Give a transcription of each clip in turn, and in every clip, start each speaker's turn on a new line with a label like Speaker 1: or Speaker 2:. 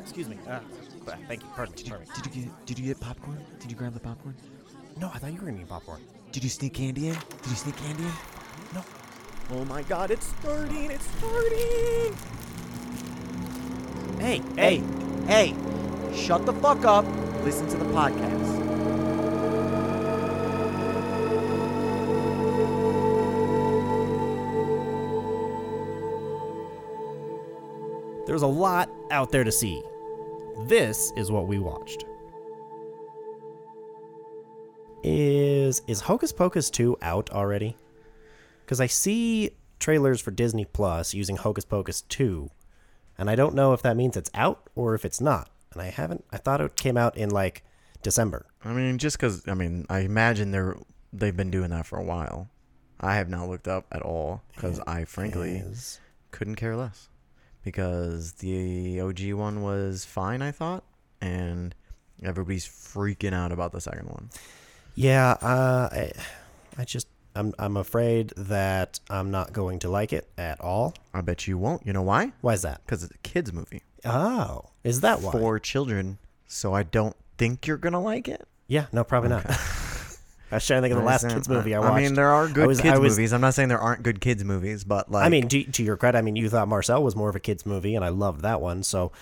Speaker 1: Excuse me. Uh, but thank you. Pardon me.
Speaker 2: Did you,
Speaker 1: Pardon me.
Speaker 2: did you get did you get popcorn? Did you grab the popcorn?
Speaker 1: No, I thought you were gonna need popcorn.
Speaker 2: Did you sneak candy in? Did you sneak candy in?
Speaker 1: No. Oh my God! It's starting! It's starting! Hey! Hey! Hey! Shut the fuck up! Listen to the podcast. There's a lot out there to see. This is what we watched.
Speaker 3: is is Hocus Pocus 2 out already? Cuz I see trailers for Disney Plus using Hocus Pocus 2, and I don't know if that means it's out or if it's not. And I haven't I thought it came out in like December.
Speaker 4: I mean, just because I mean, I imagine they're they've been doing that for a while. I have not looked up at all because I frankly
Speaker 3: Is-
Speaker 4: couldn't care less because the OG one was fine, I thought, and everybody's freaking out about the second one.
Speaker 3: Yeah, uh I, I just I'm I'm afraid that I'm not going to like it at all.
Speaker 4: I bet you won't. You know why?
Speaker 3: Why is that?
Speaker 4: Because it's a kids movie
Speaker 3: Oh, is that why?
Speaker 4: for children, so I don't think you're gonna like it.
Speaker 3: Yeah, no, probably not. I was trying to think of the last kids movie I watched.
Speaker 4: I mean, there are good
Speaker 3: was- I
Speaker 4: kids
Speaker 3: was-
Speaker 4: movies. I'm not saying there aren't good kids movies, but like,
Speaker 3: I mean, to, to your credit, I mean, you thought Marcel was more of a kids movie, and I loved that one. So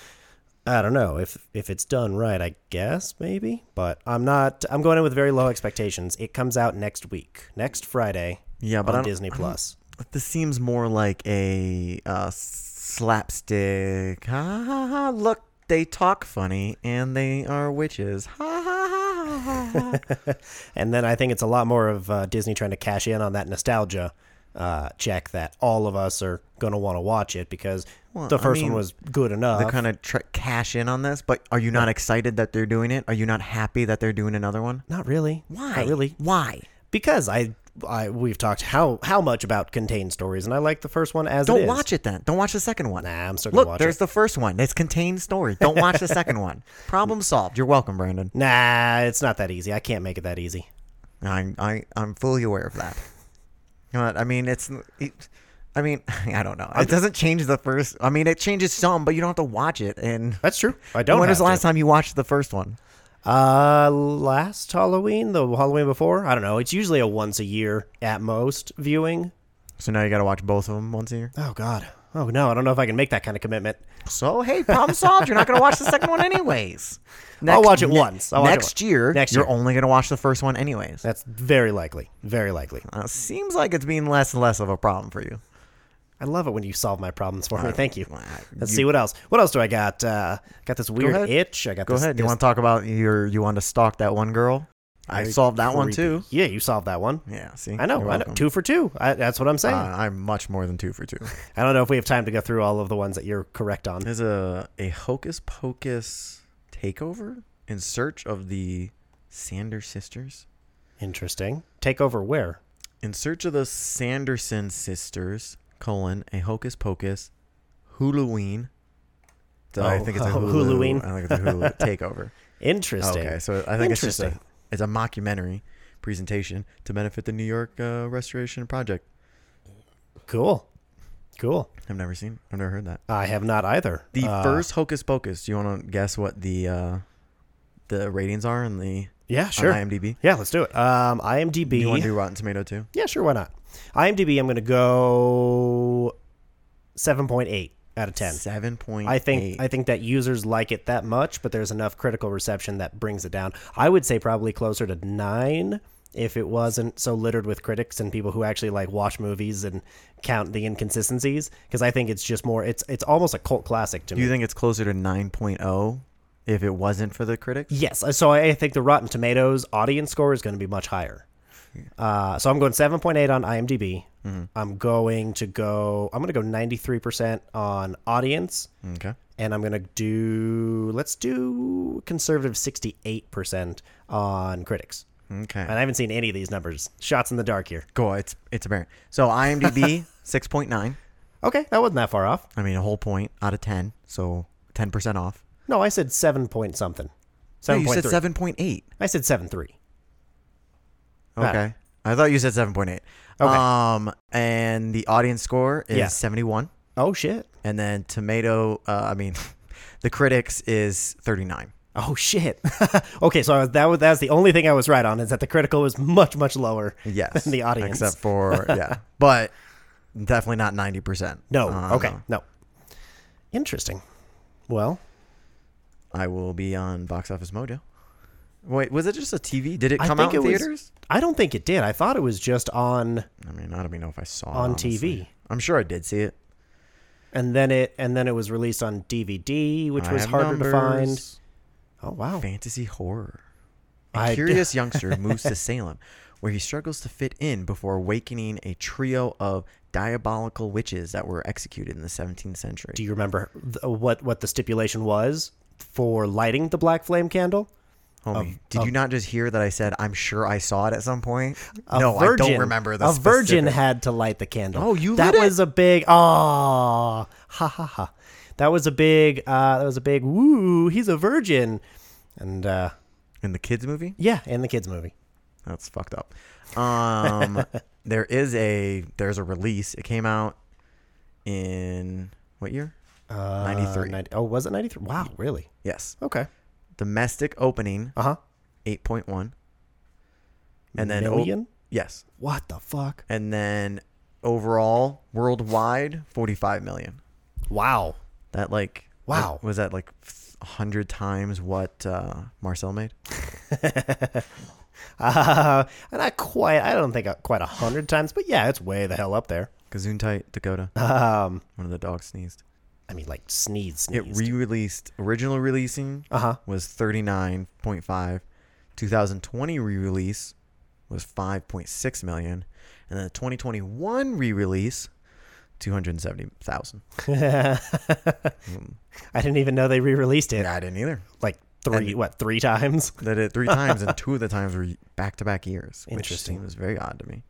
Speaker 3: I don't know if if it's done right. I guess maybe, but I'm not. I'm going in with very low expectations. It comes out next week, next Friday.
Speaker 4: Yeah, but I
Speaker 3: on
Speaker 4: don't-
Speaker 3: Disney
Speaker 4: I don't-
Speaker 3: Plus.
Speaker 4: this seems more like a uh, slapstick. Ha ha ha! ha, Look, they talk funny and they are witches. Ha ha ha! ha, ha, ha.
Speaker 3: And then I think it's a lot more of uh, Disney trying to cash in on that nostalgia uh, check that all of us are going to want to watch it because
Speaker 4: Well,
Speaker 3: the
Speaker 4: I
Speaker 3: first
Speaker 4: mean,
Speaker 3: one was good enough.
Speaker 4: They're kind of tr- cash in on this, but are you not excited that they're doing it? Are you not happy that they're doing another one?
Speaker 3: Not really.
Speaker 4: Why?
Speaker 3: Not really.
Speaker 4: Why?
Speaker 3: Because I, I we've talked how how much about contained stories, and I like the first one as it
Speaker 4: Don't
Speaker 3: is.
Speaker 4: watch it then. Don't watch the second one.
Speaker 3: Nah, I'm still gonna
Speaker 4: Look,
Speaker 3: watch
Speaker 4: there's
Speaker 3: it.
Speaker 4: the first one. It's contained story. Don't watch the second one. Problem solved. You're welcome, Brandon.
Speaker 3: Nah, it's not that easy. I can't make it that easy.
Speaker 4: I, I, I'm fully aware of that. But I mean, it's, it, I mean, I don't know. It doesn't change the first. I mean, it changes some, but you don't have to watch it. And
Speaker 3: That's true. I don't.
Speaker 4: When was
Speaker 3: have
Speaker 4: the last
Speaker 3: to.
Speaker 4: time you watched the first one?
Speaker 3: Uh, last Halloween, the Halloween before. I don't know. It's usually a once a year at most viewing.
Speaker 4: So now you got to watch both of them once a year.
Speaker 3: Oh God. Oh no, I don't know if I can make that kind of commitment. Oh,
Speaker 4: So hey, problem solved. You're not going to watch the second one anyways.
Speaker 3: I'll watch it once. I'll watch it
Speaker 4: next
Speaker 3: once.
Speaker 4: year,
Speaker 3: Next
Speaker 4: you're
Speaker 3: year.
Speaker 4: only going to watch the first one anyways.
Speaker 3: That's very likely. Very likely.
Speaker 4: Uh, seems like it's being less and less of a problem for you.
Speaker 3: I love it when you solve my problems for me. Thank you.
Speaker 4: Wow.
Speaker 3: Let's
Speaker 4: You-
Speaker 3: see what else. What else do I got? Uh, got this weird
Speaker 4: ahead.
Speaker 3: itch. I got
Speaker 4: Go
Speaker 3: this.
Speaker 4: ahead. You
Speaker 3: this
Speaker 4: want to talk about your? You want to stalk that one girl? I
Speaker 3: very
Speaker 4: solved that one
Speaker 3: creepy-
Speaker 4: too.
Speaker 3: Yeah, you solved that one.
Speaker 4: Yeah. See,
Speaker 3: I know.
Speaker 4: You're
Speaker 3: I know.
Speaker 4: welcome.
Speaker 3: Two for two. I, that's what I'm saying.
Speaker 4: Uh, I'm much more than two for two.
Speaker 3: I don't know if we have time to go through all of the ones that you're correct on.
Speaker 4: There's a a hocus pocus takeover in search of the Sander sisters.
Speaker 3: Interesting. Take over where?
Speaker 4: In search of the Sanderson sisters, colon, a hocus pocus, Halloween. So I
Speaker 3: Oh,
Speaker 4: think it's a
Speaker 3: oh,
Speaker 4: Hulu,
Speaker 3: Halloween.
Speaker 4: I think it's a Hulu takeover.
Speaker 3: Interesting.
Speaker 4: Okay, so I think it's just a,
Speaker 3: Interesting.
Speaker 4: it's a mockumentary presentation to benefit the New York uh, Restoration Project.
Speaker 3: Cool. Cool.
Speaker 4: I've never seen. I've never heard that.
Speaker 3: I have not either.
Speaker 4: The
Speaker 3: Uh,
Speaker 4: first Hocus Pocus. Do you want to guess what the uh, the ratings are in the
Speaker 3: Yeah, sure.
Speaker 4: on IMDb?
Speaker 3: yeah, let's do it. Um,
Speaker 4: Do you want to
Speaker 3: IMDb.
Speaker 4: do Rotten Tomato too?
Speaker 3: Yeah, sure. Why not? IMDb. I'm going to go seven point eight out of ten.
Speaker 4: Seven point.
Speaker 3: I think I think that users like it that much, but there's enough critical reception that brings it down. I would say probably closer to nine if it wasn't so littered with critics and people who actually like watch movies and count the inconsistencies. Because I think it's just more it's it's almost a cult classic to
Speaker 4: Do
Speaker 3: me.
Speaker 4: you think it's closer to 9.0 if it wasn't for the critics?
Speaker 3: yes, uh, so I think the Rotten Tomatoes audience score is going to be much higher. Uh, so I'm going 7.8 on IMDb.
Speaker 4: Mm-hmm.
Speaker 3: I'm going to go. I'm going to go 93% on audience.
Speaker 4: Okay.
Speaker 3: and I'm gonna do let's do conservative 68 percent on critics.
Speaker 4: Okay.
Speaker 3: And I haven't seen any of these numbers. Shots in the dark here.
Speaker 4: Go. It's it's apparent. So IMDb 6.9.
Speaker 3: Okay, that wasn't that far off.
Speaker 4: I mean, a whole point out of 10. So 10% off.
Speaker 3: No, I said seven point something.
Speaker 4: No,
Speaker 3: Seven
Speaker 4: you
Speaker 3: point
Speaker 4: said
Speaker 3: three.
Speaker 4: 7.8.
Speaker 3: I said seven three.
Speaker 4: Okay. I thought you said 7.8.
Speaker 3: Okay.
Speaker 4: Um, and the audience score is
Speaker 3: Yeah.
Speaker 4: 71.
Speaker 3: Oh shit.
Speaker 4: And then tomato, uh, I mean, The critics is 39.
Speaker 3: Oh shit. okay, so I was, that was that's the only thing I was right on is that the critical was much much lower.
Speaker 4: Yes.
Speaker 3: Than the audience.
Speaker 4: Except for, yeah. But definitely not 90%.
Speaker 3: No.
Speaker 4: Uh,
Speaker 3: okay. No. Interesting. Well,
Speaker 4: I will be on Box Office Mojo. Wait, was it just a TV? Did it
Speaker 3: I
Speaker 4: come
Speaker 3: think
Speaker 4: out in
Speaker 3: it was-
Speaker 4: theaters?
Speaker 3: I don't think it did. I thought it was just on
Speaker 4: I mean, I don't even know if I saw it
Speaker 3: on
Speaker 4: honestly.
Speaker 3: TV.
Speaker 4: I'm sure I did see it.
Speaker 3: and then it and then it was released on DVD, which
Speaker 4: I
Speaker 3: was
Speaker 4: have
Speaker 3: harder to find.
Speaker 4: numbers.
Speaker 3: Oh wow.
Speaker 4: Fantasy horror. A
Speaker 3: I-
Speaker 4: curious youngster moves to Salem, where he struggles to fit in before awakening a trio of diabolical witches that were executed in the 17th century.
Speaker 3: Do you remember th- uh, what what the stipulation was for lighting the black flame candle?
Speaker 4: Homie, did you not just hear that I said I'm sure I saw it at some point?
Speaker 3: A
Speaker 4: no, I
Speaker 3: virgin-
Speaker 4: don't remember the
Speaker 3: A virgin
Speaker 4: specific-
Speaker 3: had to light the candle.
Speaker 4: Oh, you
Speaker 3: that
Speaker 4: lit it?
Speaker 3: was a big ah ha ha ha. That was a big uh, that was a big woo. He's a virgin, and uh,
Speaker 4: in the kids movie.
Speaker 3: yeah, in the kids movie.
Speaker 4: That's fucked up. Um, there is a there's a release. It came out in what year?
Speaker 3: Uh,
Speaker 4: 93.
Speaker 3: 90 oh, was it ninety three? Wow, really?
Speaker 4: Yes.
Speaker 3: Okay.
Speaker 4: Domestic opening
Speaker 3: Uh huh.
Speaker 4: 8.1. And then o-
Speaker 3: million.
Speaker 4: yes.
Speaker 3: what the fuck?
Speaker 4: And then overall worldwide 45 million.
Speaker 3: Wow.
Speaker 4: That like
Speaker 3: Wow.
Speaker 4: that- Was that like 100 times what uh, Marcel made?
Speaker 3: Uh, not quite. I don't think uh, quite a hundred times, but yeah, it's way the hell up there.
Speaker 4: Gazuntite Dakota.
Speaker 3: Um,
Speaker 4: One of the dogs sneezed.
Speaker 3: I mean, like sneeze,
Speaker 4: It
Speaker 3: sneeze.
Speaker 4: re-released original releasing
Speaker 3: uh huh.
Speaker 4: was 39.5. 2020 re-release was 5.6 million, and then the 2021 re-release 270,000.
Speaker 3: I didn't even know they re-released it.
Speaker 4: Yeah, I didn't either.
Speaker 3: Like three,
Speaker 4: And-
Speaker 3: what three times?
Speaker 4: They did it three times, and two of the times were back-to-back years, which
Speaker 3: Interesting.
Speaker 4: seems very odd to me.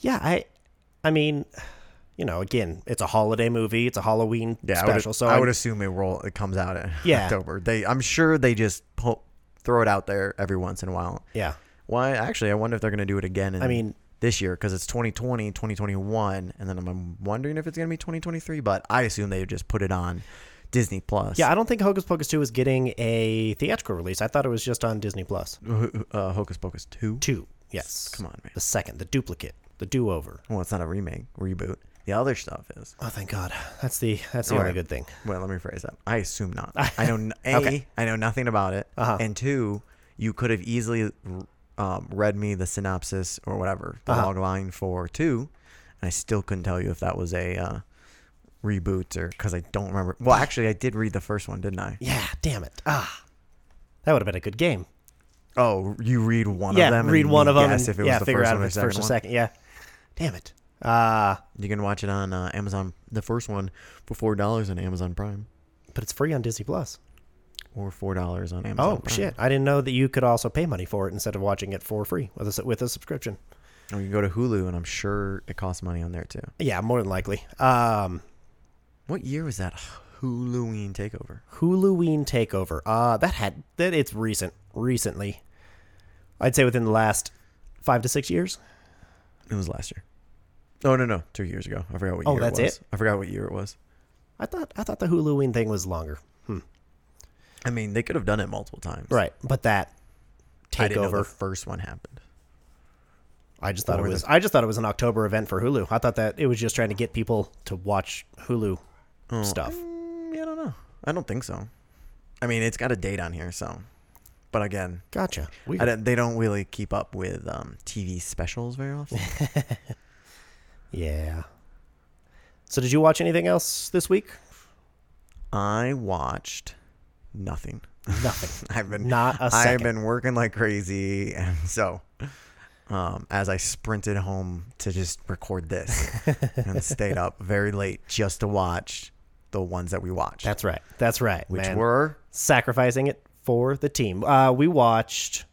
Speaker 3: Yeah, I, I mean, you know, again, it's a holiday movie. It's a Halloween special. so
Speaker 4: I
Speaker 3: I'm-
Speaker 4: would assume it roll. It comes out in
Speaker 3: Yeah.
Speaker 4: October. They, I'm sure they just pull, throw it out there every once in a while.
Speaker 3: yeah,
Speaker 4: Why? Actually, I wonder if they're going to do it again. In,
Speaker 3: I mean-
Speaker 4: this year because it's 2020, 2021, and then I'm- I'm wondering if it's going to be 2023. But I assume they just put it on Disney Plus.
Speaker 3: yeah. I don't think Hocus Pocus two is getting a theatrical release. I thought it was just on Disney Plus.
Speaker 4: uh, Hocus Pocus two.
Speaker 3: Two, yes.
Speaker 4: Come on, man.
Speaker 3: The second, the duplicate, the do over.
Speaker 4: Well, it's not a remake, reboot. The other stuff is.
Speaker 3: Oh, thank God. That's the that's the only
Speaker 4: right.
Speaker 3: good thing.
Speaker 4: Well, let me phrase that. I assume not. I know. n- A, I know nothing about it.
Speaker 3: Uh-huh.
Speaker 4: And two, you could have easily um, read me the synopsis or whatever the
Speaker 3: Uh-huh.
Speaker 4: log line for two, and I still couldn't tell you if that was a uh, reboot or because I don't remember. Well, actually, I did read the first one, didn't I?
Speaker 3: Yeah, damn it. Ah, that would have been a good game.
Speaker 4: Oh, you read one
Speaker 3: yeah,
Speaker 4: of them.
Speaker 3: read
Speaker 4: and
Speaker 3: one
Speaker 4: you
Speaker 3: of them. and-
Speaker 4: Guess if it
Speaker 3: yeah,
Speaker 4: was the
Speaker 3: figure
Speaker 4: first
Speaker 3: out if
Speaker 4: one or
Speaker 3: it's
Speaker 4: second
Speaker 3: first or
Speaker 4: one.
Speaker 3: second. Yeah, damn it. Uh,
Speaker 4: You can watch it on uh, Amazon, the first one, for four dollars on Amazon Prime
Speaker 3: but it's free on Disney Plus.
Speaker 4: or four dollars on Amazon.
Speaker 3: Oh
Speaker 4: Prime.
Speaker 3: shit! I didn't know that you could also pay money for it instead of watching it for free with a s- with a subscription.
Speaker 4: Or you can go to Hulu, and I'm sure it costs money on there too.
Speaker 3: Yeah, more than likely. Um,
Speaker 4: What year was that Huluween takeover?
Speaker 3: Huluween takeover. Uh, that had that. It's recent. Recently, I'd say within the last five to six years.
Speaker 4: It was last year. Oh no no, two years ago. I forgot what
Speaker 3: Oh,
Speaker 4: year
Speaker 3: that's
Speaker 4: it was.
Speaker 3: it?
Speaker 4: I forgot what year it was.
Speaker 3: I thought I thought the Huluween thing was longer.
Speaker 4: I mean, they could have done it multiple times.
Speaker 3: Right, but that
Speaker 4: I didn't know the
Speaker 3: takeover.
Speaker 4: first one happened.
Speaker 3: I just thought
Speaker 4: Or
Speaker 3: it
Speaker 4: the-
Speaker 3: was. I just thought it was an October event for Hulu. I thought that it was just trying to get people to watch Hulu
Speaker 4: Hmm.
Speaker 3: stuff.
Speaker 4: Mm, yeah, I don't know. I don't think so. I mean, it's got a date on here, so. But again,
Speaker 3: Gotcha. Weird.
Speaker 4: I don't- they don't really keep up with um, TV specials very often.
Speaker 3: yeah. So, did you watch anything else this week?
Speaker 4: I watched nothing.
Speaker 3: Nothing.
Speaker 4: I've been
Speaker 3: Not a
Speaker 4: I've
Speaker 3: second.
Speaker 4: been working like crazy, and so um, as I sprinted home to just record this, and stayed up very late just to watch the ones that we watched,
Speaker 3: That's right. That's right.
Speaker 4: which
Speaker 3: man.
Speaker 4: were
Speaker 3: sacrificing it for the team. Uh, we watched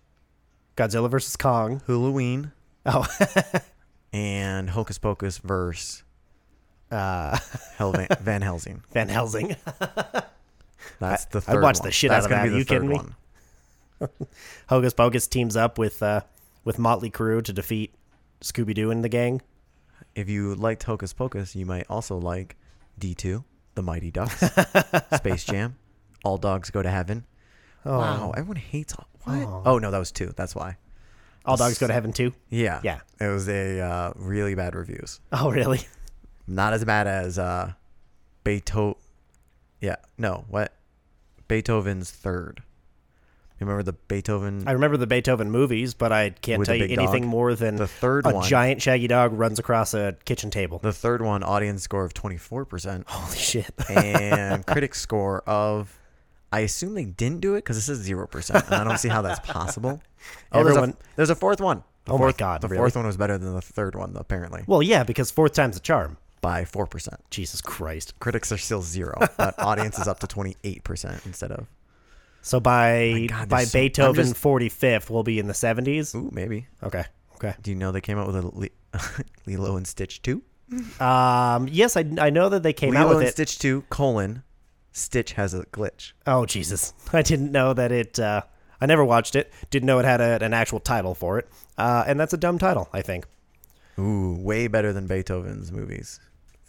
Speaker 3: Godzilla versus Kong.
Speaker 4: Halloween
Speaker 3: Oh,
Speaker 4: and Hocus Pocus verse
Speaker 3: uh,
Speaker 4: Hel- Van, Van Helsing.
Speaker 3: Van Helsing.
Speaker 4: That's the
Speaker 3: I
Speaker 4: third
Speaker 3: watched
Speaker 4: one.
Speaker 3: the shit
Speaker 4: That's
Speaker 3: out of
Speaker 4: gonna
Speaker 3: that.
Speaker 4: be the
Speaker 3: Are you kidding me?
Speaker 4: third one.
Speaker 3: Hocus Pocus teams up with uh, with Motley Crue to defeat Scooby Doo and the gang.
Speaker 4: If you liked Hocus Pocus, you might also like D two The Mighty Ducks, Space Jam, All Dogs Go to Heaven.
Speaker 3: Oh.
Speaker 4: Wow, everyone hates all, what?
Speaker 3: Oh.
Speaker 4: Oh. no, that was two. That's why.
Speaker 3: All dogs go to heaven too.
Speaker 4: Yeah,
Speaker 3: Yeah.
Speaker 4: It was a uh, really bad reviews.
Speaker 3: Oh, really?
Speaker 4: Not as bad as uh, Beethoven. Yeah, no, what? Beethoven's Third. You remember the Beethoven?
Speaker 3: I remember the Beethoven movies, but I can't
Speaker 4: With
Speaker 3: tell
Speaker 4: the
Speaker 3: you
Speaker 4: big
Speaker 3: anything
Speaker 4: dog?
Speaker 3: more than
Speaker 4: The third
Speaker 3: a
Speaker 4: one.
Speaker 3: giant shaggy dog runs across a kitchen table.
Speaker 4: the third one audience score of twenty four percent.
Speaker 3: Holy shit!
Speaker 4: and critic score of I assume they didn't do it because this is zero percent, and I don't see how that's possible. Oh, there's a,
Speaker 3: Everyone-
Speaker 4: there's a fourth one. The
Speaker 3: Oh my
Speaker 4: fourth-
Speaker 3: God,
Speaker 4: The
Speaker 3: really?
Speaker 4: fourth one was better than the third one, apparently,
Speaker 3: well, yeah, because fourth time's a charm.
Speaker 4: by four percent.
Speaker 3: Jesus Christ!
Speaker 4: Critics are still zero, but audience is up to twenty eight percent instead of
Speaker 3: So by
Speaker 4: Oh My God,
Speaker 3: by
Speaker 4: there's so- I'm
Speaker 3: Beethoven
Speaker 4: just-
Speaker 3: forty fifth, we'll be in the seventies.
Speaker 4: ooh maybe.
Speaker 3: Okay, okay.
Speaker 4: Do you know they came out with a Le- Lilo and Stitch two?
Speaker 3: Um, yes, I, I know that they came
Speaker 4: Lilo
Speaker 3: out with
Speaker 4: and
Speaker 3: it.
Speaker 4: Stitch two colon Stitch has a glitch.
Speaker 3: Oh Jesus! I didn't know that it. Uh, I never watched it. Didn't know it had a, an actual title for it. Uh, and that's a dumb title, I think.
Speaker 4: Ooh, way better than Beethoven's movies.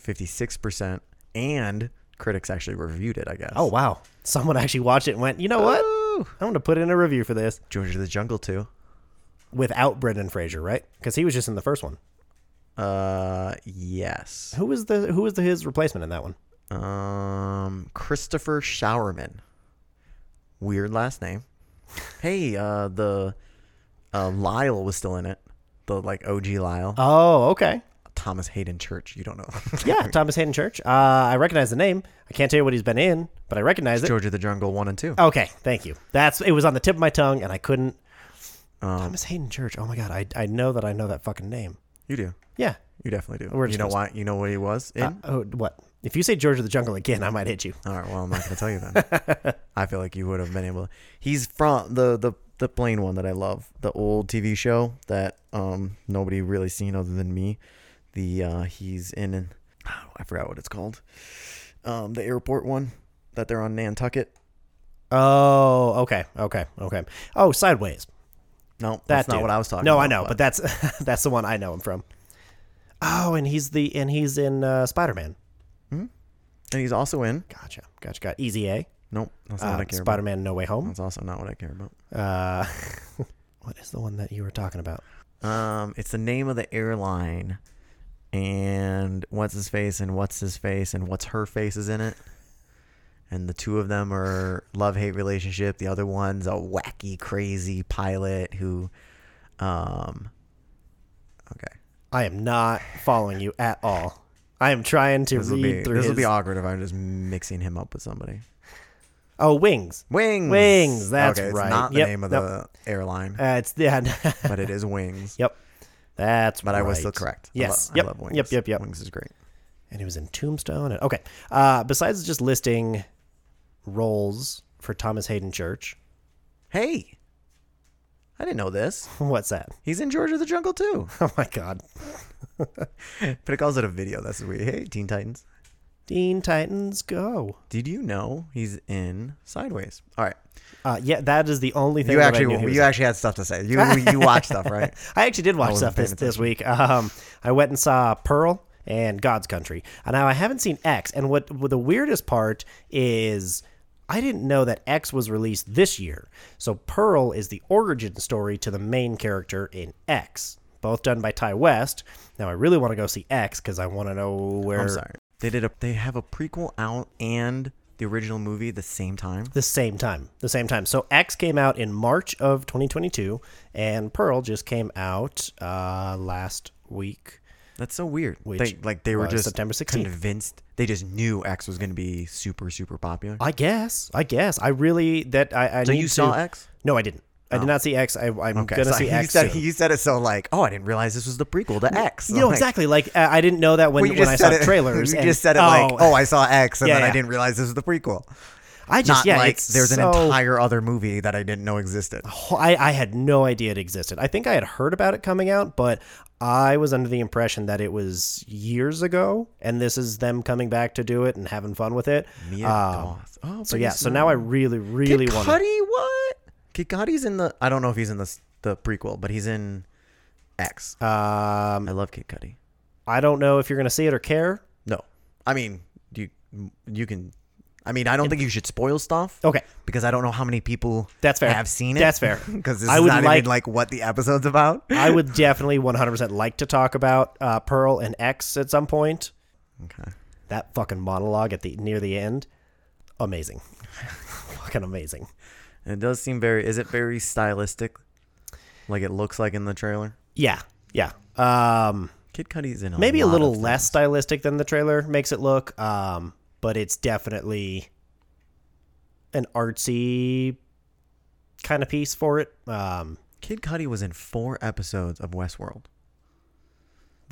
Speaker 4: 56%. And critics actually reviewed it, I guess.
Speaker 3: Oh wow! Someone actually watched it and went, you know what?
Speaker 4: Ooh.
Speaker 3: I'm gonna put in a review for this
Speaker 4: George of the Jungle too.
Speaker 3: without Brendan Fraser, right? Because he was just in the first one.
Speaker 4: Uh, yes.
Speaker 3: Who was the who was the, his replacement in that one?
Speaker 4: Um, Christopher Showerman. Weird last name. Hey, uh, the uh, Lyle was still in it. The like OG Lyle.
Speaker 3: Oh, okay.
Speaker 4: Thomas Hayden Church. You don't know.
Speaker 3: Yeah, Thomas Hayden Church. Uh, I recognize the name. I can't tell you what he's been in, but I recognize it. Oh.
Speaker 4: George of the Jungle one and two.
Speaker 3: Okay, thank you. That's it was on the tip of my tongue, and I couldn't.
Speaker 4: Um,
Speaker 3: Thomas Hayden Church. Oh my god, I I know that I know that fucking name.
Speaker 4: you do.
Speaker 3: Yeah.
Speaker 4: You definitely do.
Speaker 3: We're
Speaker 4: you
Speaker 3: just
Speaker 4: know
Speaker 3: gonna-
Speaker 4: why? You know what he was in?
Speaker 3: Uh, oh, what? If you say George of the Jungle again, I might hit you.
Speaker 4: All right. Well, I'm not gonna tell you then. I feel like you would have been able. To, he's from the the the plain one that I love, the old TV show that um nobody really seen other than me. The uh he's in an oh, I forgot what it's called. Um, the airport one that they're on Nantucket.
Speaker 3: Oh, okay, okay, okay. Oh, Sideways.
Speaker 4: No,
Speaker 3: That
Speaker 4: that's not
Speaker 3: dude.
Speaker 4: what I was talking.
Speaker 3: No,
Speaker 4: about,
Speaker 3: I know, but, that's that's the one I know him from. Oh, and he's the and he's in uh, Spider Man.
Speaker 4: and he's also in.
Speaker 3: Gotcha, gotcha, got Easy A.
Speaker 4: Nope, that's not what I
Speaker 3: Uh,
Speaker 4: care
Speaker 3: Spider
Speaker 4: about.
Speaker 3: Man No Way Home.
Speaker 4: That's also not what I care about.
Speaker 3: Uh, what is the one that you were talking about?
Speaker 4: Um, it's the name of the airline, and what's his face, and what's his face, and what's her face is in it. And the two of them are love hate relationship. The other one's a wacky, crazy pilot who, um, okay,
Speaker 3: I am not following you at all. I am trying to
Speaker 4: this will
Speaker 3: read
Speaker 4: be
Speaker 3: through
Speaker 4: this will
Speaker 3: his-
Speaker 4: be awkward if I'm just mixing him up with somebody.
Speaker 3: Oh, Wings.
Speaker 4: Wings,
Speaker 3: Wings, that's
Speaker 4: okay, it's
Speaker 3: right.
Speaker 4: Not the
Speaker 3: Yep,
Speaker 4: name of
Speaker 3: nope.
Speaker 4: the airline,
Speaker 3: Uh, it's yeah.
Speaker 4: but it is Wings.
Speaker 3: yep. That's
Speaker 4: But
Speaker 3: right.
Speaker 4: I was still correct. I
Speaker 3: Yes.
Speaker 4: lo- I
Speaker 3: yep.
Speaker 4: love Wings.
Speaker 3: Yep. Yep. Yep.
Speaker 4: Wings is great.
Speaker 3: And he was in Tombstone. And, okay. Uh, besides just listing roles for Thomas Hayden Church,
Speaker 4: Hey, I didn't know this.
Speaker 3: what's that?
Speaker 4: He's in George of the Jungle too.
Speaker 3: Oh my God.
Speaker 4: But it calls it a video. That's weird. Hey, Teen Titans.
Speaker 3: Dean Titans Go.
Speaker 4: Did you know he's in Sideways? All right.
Speaker 3: Uh, yeah, that is the only thing
Speaker 4: You
Speaker 3: that I
Speaker 4: actually
Speaker 3: knew he was
Speaker 4: you
Speaker 3: in.
Speaker 4: actually had stuff to say. You you watch stuff, right?
Speaker 3: I actually did watch
Speaker 4: wasn't
Speaker 3: stuff
Speaker 4: paying
Speaker 3: this, this week. Um, I went and saw Pearl and God's Country. And now I haven't seen X. And what, what the weirdest part is, I didn't know that X was released this year. So Pearl is the origin story to the main character in X, both done by Ty West. Now I really want to go see X because I want to know where
Speaker 4: I'm sorry. They did a they have a prequel out and the original movie the same time.
Speaker 3: the same time, the same time. So X came out in March of 2022, and Pearl just came out uh, last week.
Speaker 4: That's so weird.
Speaker 3: Which
Speaker 4: they, like they were
Speaker 3: was
Speaker 4: just
Speaker 3: September 16th.
Speaker 4: convinced. They just knew X was going to be super super popular.
Speaker 3: I guess. I guess. I really that I. I
Speaker 4: so
Speaker 3: need
Speaker 4: you saw
Speaker 3: to-
Speaker 4: X? Oh.
Speaker 3: No, I didn't. I did not see X. I, I'm
Speaker 4: Okay.
Speaker 3: gonna
Speaker 4: so
Speaker 3: see
Speaker 4: you
Speaker 3: X.
Speaker 4: said
Speaker 3: soon.
Speaker 4: you said it so like oh I didn't realize this was the prequel to X.
Speaker 3: you know
Speaker 4: Like,
Speaker 3: exactly. Like I I didn't know that when
Speaker 4: well, you
Speaker 3: when I
Speaker 4: just
Speaker 3: saw
Speaker 4: said it-
Speaker 3: trailers.
Speaker 4: You
Speaker 3: and-
Speaker 4: just said it like oh I saw X and
Speaker 3: Yeah,
Speaker 4: then
Speaker 3: yeah.
Speaker 4: I didn't realize this was the prequel.
Speaker 3: I just
Speaker 4: not
Speaker 3: yeah.
Speaker 4: like
Speaker 3: it's
Speaker 4: there's an
Speaker 3: so- Oh,
Speaker 4: entire other movie that oh, I didn't know existed.
Speaker 3: I I had no idea it existed. I think I had heard about it coming out, but I was under the impression that it was years ago, and this is them coming back to do it and having fun with it.
Speaker 4: Mia
Speaker 3: Um,
Speaker 4: Goth. Oh,
Speaker 3: so yeah. So now I really, really want. to
Speaker 4: Cudi, what? Kid Cudi's in the. I don't know if he's in the the prequel, but he's in X. I
Speaker 3: Um,
Speaker 4: love Kid Cudi.
Speaker 3: I don't know if you're gonna see it or care.
Speaker 4: No, I mean, do you you can. I mean, I don't think you should spoil stuff.
Speaker 3: Okay.
Speaker 4: Because I don't know how many people
Speaker 3: That's fair.
Speaker 4: have seen it.
Speaker 3: That's fair.
Speaker 4: Because this
Speaker 3: I
Speaker 4: is
Speaker 3: would
Speaker 4: not
Speaker 3: like-
Speaker 4: even like what the episode's about.
Speaker 3: I would definitely 100% like to talk about uh, Pearl and X at some point.
Speaker 4: Okay.
Speaker 3: That fucking monologue at the near the end, amazing, fucking amazing.
Speaker 4: It does seem very. Is it very stylistic? Like it looks like in the trailer.
Speaker 3: Yeah, yeah. Um,
Speaker 4: Kid Cudi's in. A
Speaker 3: maybe a
Speaker 4: lot
Speaker 3: little
Speaker 4: of things.
Speaker 3: less stylistic than the trailer makes it look, um, but it's definitely an artsy kind of piece for it. Um,
Speaker 4: Kid Cudi was in four episodes of Westworld.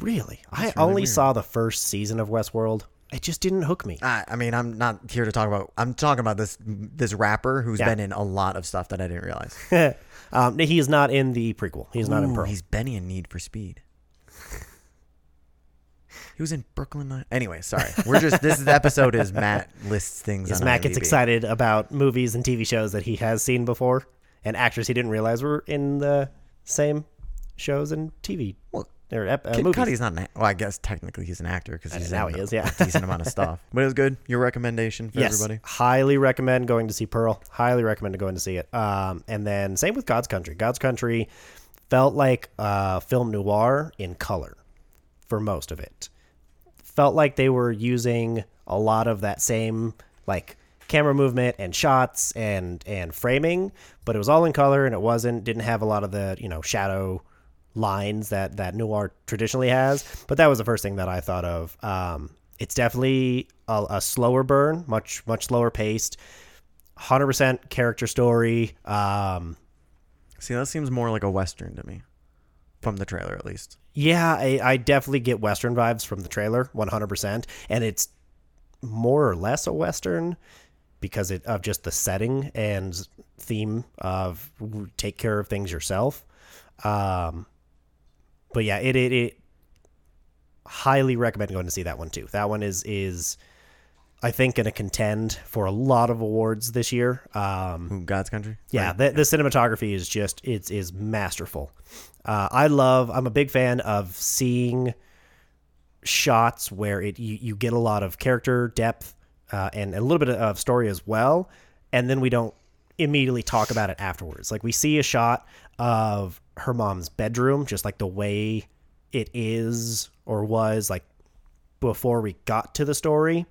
Speaker 3: really, I
Speaker 4: That's really
Speaker 3: only
Speaker 4: weird.
Speaker 3: saw the first season of Westworld. It just didn't hook me.
Speaker 4: I, I mean, I'm not here to talk about. I'm talking about this this rapper who's
Speaker 3: Yeah.
Speaker 4: been in a lot of stuff that I didn't realize.
Speaker 3: um, he is not in the prequel. He's not in
Speaker 4: Ooh,
Speaker 3: Pearl.
Speaker 4: He's Benny in Need for Speed. He was in Brooklyn Nine. Anyway, sorry. We're just this is episode is Matt lists things.
Speaker 3: Yes,
Speaker 4: on
Speaker 3: Matt gets
Speaker 4: IMDb.
Speaker 3: excited about movies and TV shows that he has seen before and actors he didn't realize were in the same shows and TV
Speaker 4: Well,
Speaker 3: or ep- uh,
Speaker 4: Kid
Speaker 3: movies.
Speaker 4: Cudi's not an. act- Well, I guess technically he's an actor because he's
Speaker 3: now
Speaker 4: in
Speaker 3: he
Speaker 4: a
Speaker 3: is, yeah.
Speaker 4: decent amount of stuff. But it was good. Your recommendation for
Speaker 3: yes,
Speaker 4: everybody.
Speaker 3: highly recommend going to see Pearl. Highly recommend going to see it. Um, and then same with God's Country. God's Country felt like uh, film noir in color for most of it. Felt like they were using a lot of that same like camera movement and shots and and framing, but it was all in color and it wasn't didn't have a lot of the you know shadow lines that that noir traditionally has. But that was the first thing that I thought of. Um, it's definitely a, a slower burn, much much slower paced. 100% character story. Um,
Speaker 4: See, that seems more like a western to me, from the trailer at least.
Speaker 3: Yeah, I, I definitely get Western vibes from the trailer, 100%. And it's more or less a Western because it, of just the setting and theme of w- take care of things yourself. Um, but yeah, it, it, it highly recommend going to see that one too. That one is, is I think, going to contend for a lot of awards this year. Um,
Speaker 4: Ooh, God's Country.
Speaker 3: yeah, the, the cinematography is just it's is masterful. Uh, I love. I'm a big fan of seeing shots where it you, you get a lot of character depth uh, and a little bit of story as well, and then we don't immediately talk about it afterwards. Like we see a shot of her mom's bedroom, just like the way it is or was like before we got to the story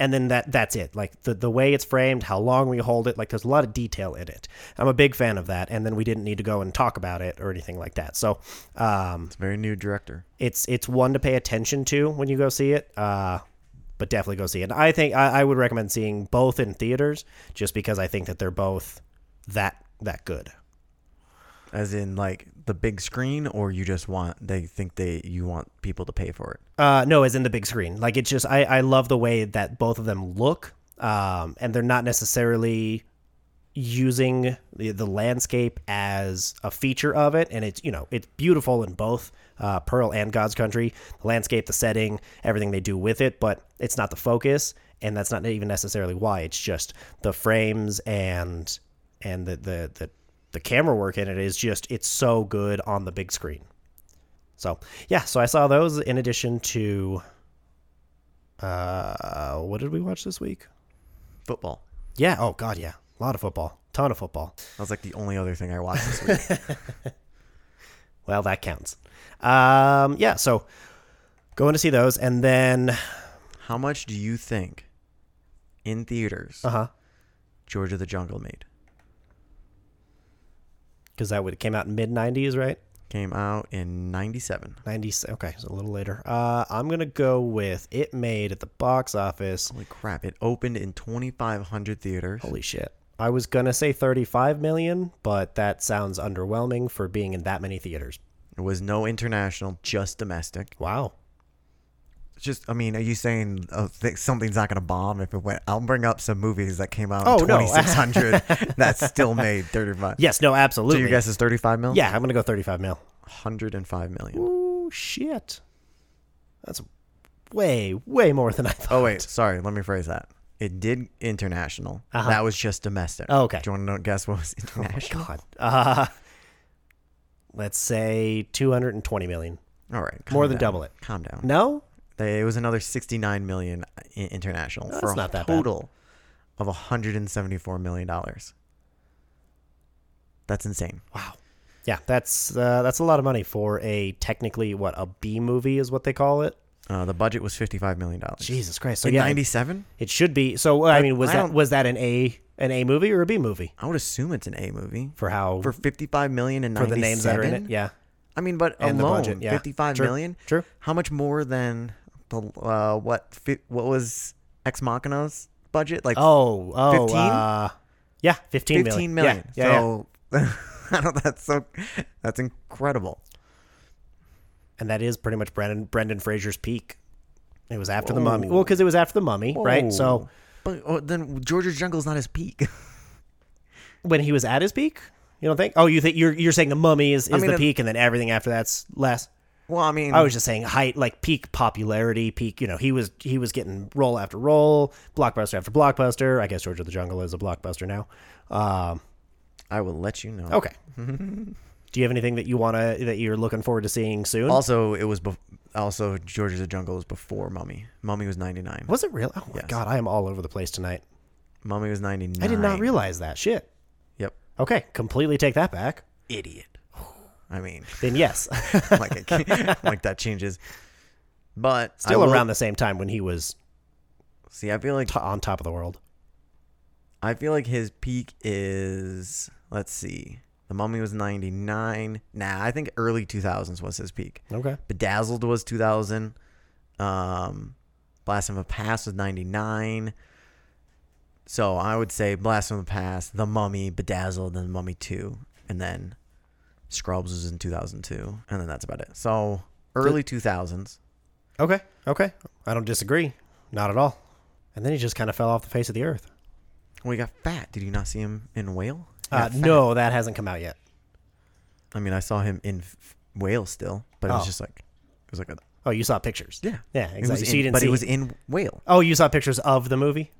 Speaker 3: and then that that's it like the, the way it's framed how long we hold it like there's a lot of detail in it i'm a big fan of that and then we didn't need to go and talk about it or anything like that so um,
Speaker 4: It's a very new director.
Speaker 3: it's it's one to pay attention to when you go see it uh, but definitely go see it and i think I, I would recommend seeing both in theaters just because i think that they're both that that good
Speaker 4: As in like the big screen, or you just want they think they you want people to pay for it.
Speaker 3: Uh, no, as in the big screen. Like it's just I I love the way that both of them look. Um, and they're not necessarily using the, the landscape as a feature of it and it's you know it's beautiful in both uh, pearl and god's country the landscape the setting everything they do with it but it's not the focus and that's not even necessarily why it's just the frames and and the the the, the camera work in it is just it's so good on the big screen so yeah, so I saw those in addition to uh what did we watch this week?
Speaker 4: Football.
Speaker 3: Yeah, oh god, yeah. A lot of football. Ton of football.
Speaker 4: That was like the only other thing I watched this week.
Speaker 3: Well, that counts. Um yeah, so going to see those and then
Speaker 4: How much do you think in theaters
Speaker 3: uh-huh,
Speaker 4: Georgia the Jungle made?
Speaker 3: cuz that would came out in mid 90s, right?
Speaker 4: Came out in 97.
Speaker 3: 90s. Okay, so a little later. Uh I'm going to go with it made at the box office.
Speaker 4: Holy crap. It opened in 2,500 theaters.
Speaker 3: Holy shit. I was going to say 35 million, but that sounds underwhelming for being in that many theaters.
Speaker 4: It was no international, just domestic.
Speaker 3: Wow.
Speaker 4: It's Just, I mean, are you saying uh, th- something's not going to bomb if it went? I'll bring up some movies that came out
Speaker 3: Oh,
Speaker 4: in
Speaker 3: no.
Speaker 4: 2,600 that still made 35.
Speaker 3: Yes, no,
Speaker 4: So
Speaker 3: absolutely.
Speaker 4: your guess is 35 mil?
Speaker 3: Yeah, I'm gonna go 35 mil.
Speaker 4: 105 million.
Speaker 3: Ooh, shit. That's way, way more than I thought.
Speaker 4: Oh wait, sorry. Let me phrase that. It did international.
Speaker 3: Uh-huh.
Speaker 4: That was just domestic.
Speaker 3: Oh, okay.
Speaker 4: Do you want to guess what was
Speaker 3: Oh my
Speaker 4: international?
Speaker 3: god. Uh, let's say 220 million.
Speaker 4: All right.
Speaker 3: More
Speaker 4: calm
Speaker 3: than
Speaker 4: down.
Speaker 3: double it.
Speaker 4: Calm down.
Speaker 3: No?
Speaker 4: They, it was another 69 million uh, i- international for
Speaker 3: that's
Speaker 4: a
Speaker 3: not that bad.
Speaker 4: total of 174 million dollars. That's insane.
Speaker 3: Wow. Yeah, that's uh, that's a lot of money for a technically what a B movie is what they call it.
Speaker 4: Uh, the budget was 55 million dollars.
Speaker 3: Jesus Christ! So
Speaker 4: So
Speaker 3: yeah,
Speaker 4: 97?
Speaker 3: it should be. So I mean, was
Speaker 4: I
Speaker 3: that
Speaker 4: don't-
Speaker 3: was that an A an A movie or a B movie
Speaker 4: I would assume it's an A movie
Speaker 3: for how
Speaker 4: for 55 million and
Speaker 3: for the names that are in
Speaker 4: 97?
Speaker 3: it? Yeah,
Speaker 4: I mean, but
Speaker 3: And the
Speaker 4: alone,
Speaker 3: budget, yeah.
Speaker 4: fifty-five
Speaker 3: True,
Speaker 4: million.
Speaker 3: true.
Speaker 4: How much more than the uh, what fi- what was Ex Machina's budget? Like
Speaker 3: Oh, oh,
Speaker 4: 15?
Speaker 3: uh, yeah, fifteen million.
Speaker 4: fifteen
Speaker 3: Yeah,
Speaker 4: million.
Speaker 3: Yeah, yeah.
Speaker 4: so I don't. That's so. That's incredible.
Speaker 3: and that is pretty much Brendan Brendan Fraser's peak. It was after the
Speaker 4: Whoa.
Speaker 3: Mummy. Well, because it was after the Mummy, right? So
Speaker 4: Oh. Whoa. but oh, then George's Jungle's not his peak.
Speaker 3: when he was at his peak, you don't think? Oh, you think you're you're saying the Mummy is, is
Speaker 4: mean,
Speaker 3: the
Speaker 4: if-
Speaker 3: peak, and then everything after that's less.
Speaker 4: well, I mean,
Speaker 3: I was just saying height, like peak popularity, peak. You know, he was he was getting roll after roll, blockbuster after blockbuster. I guess George of the Jungle is a blockbuster now. Um,
Speaker 4: I will let you know.
Speaker 3: okay. Do you have anything that you wanna that you're looking forward to seeing soon?
Speaker 4: Also, it was bef- also George's Jungle was before Mummy. Mummy was ninety-nine.
Speaker 3: was it real? Oh my god, I am all over the place tonight.
Speaker 4: Mummy was ninety-nine.
Speaker 3: I did not realize that shit.
Speaker 4: Yep.
Speaker 3: Okay, completely take that back.
Speaker 4: Idiot. I mean.
Speaker 3: Then yes,
Speaker 4: like it can't- like that changes. But I
Speaker 3: still
Speaker 4: will-
Speaker 3: around the same time when he was
Speaker 4: See, I feel like
Speaker 3: t- on top of the world.
Speaker 4: I feel like his peak is let's see. The Mummy was 99. Nah, I think early 2000s was his peak.
Speaker 3: Okay.
Speaker 4: Bedazzled was 2000. Um Blast from the Past was 99. So, I would say Blast from the Past, The Mummy, Bedazzled, then The Mummy 2, and then Scrubs was in 2002, and then that's about it. So, early 2000s.
Speaker 3: Okay. Okay. I don't disagree. Not at all. And then he just kind of fell off the face of the earth.
Speaker 4: Well, he got fat. Did you not see him in Whale? He
Speaker 3: Uh,
Speaker 4: got fat.
Speaker 3: no, that hasn't come out yet.
Speaker 4: I mean, I saw him in F- Whale still, but it
Speaker 3: Oh.
Speaker 4: was just like it was like a
Speaker 3: Oh, you saw pictures.
Speaker 4: yeah
Speaker 3: Yeah,
Speaker 4: It was
Speaker 3: exactly. So you
Speaker 4: in-
Speaker 3: didn't
Speaker 4: but
Speaker 3: see
Speaker 4: he was
Speaker 3: him.
Speaker 4: in Whale.
Speaker 3: Oh, you saw pictures of the movie?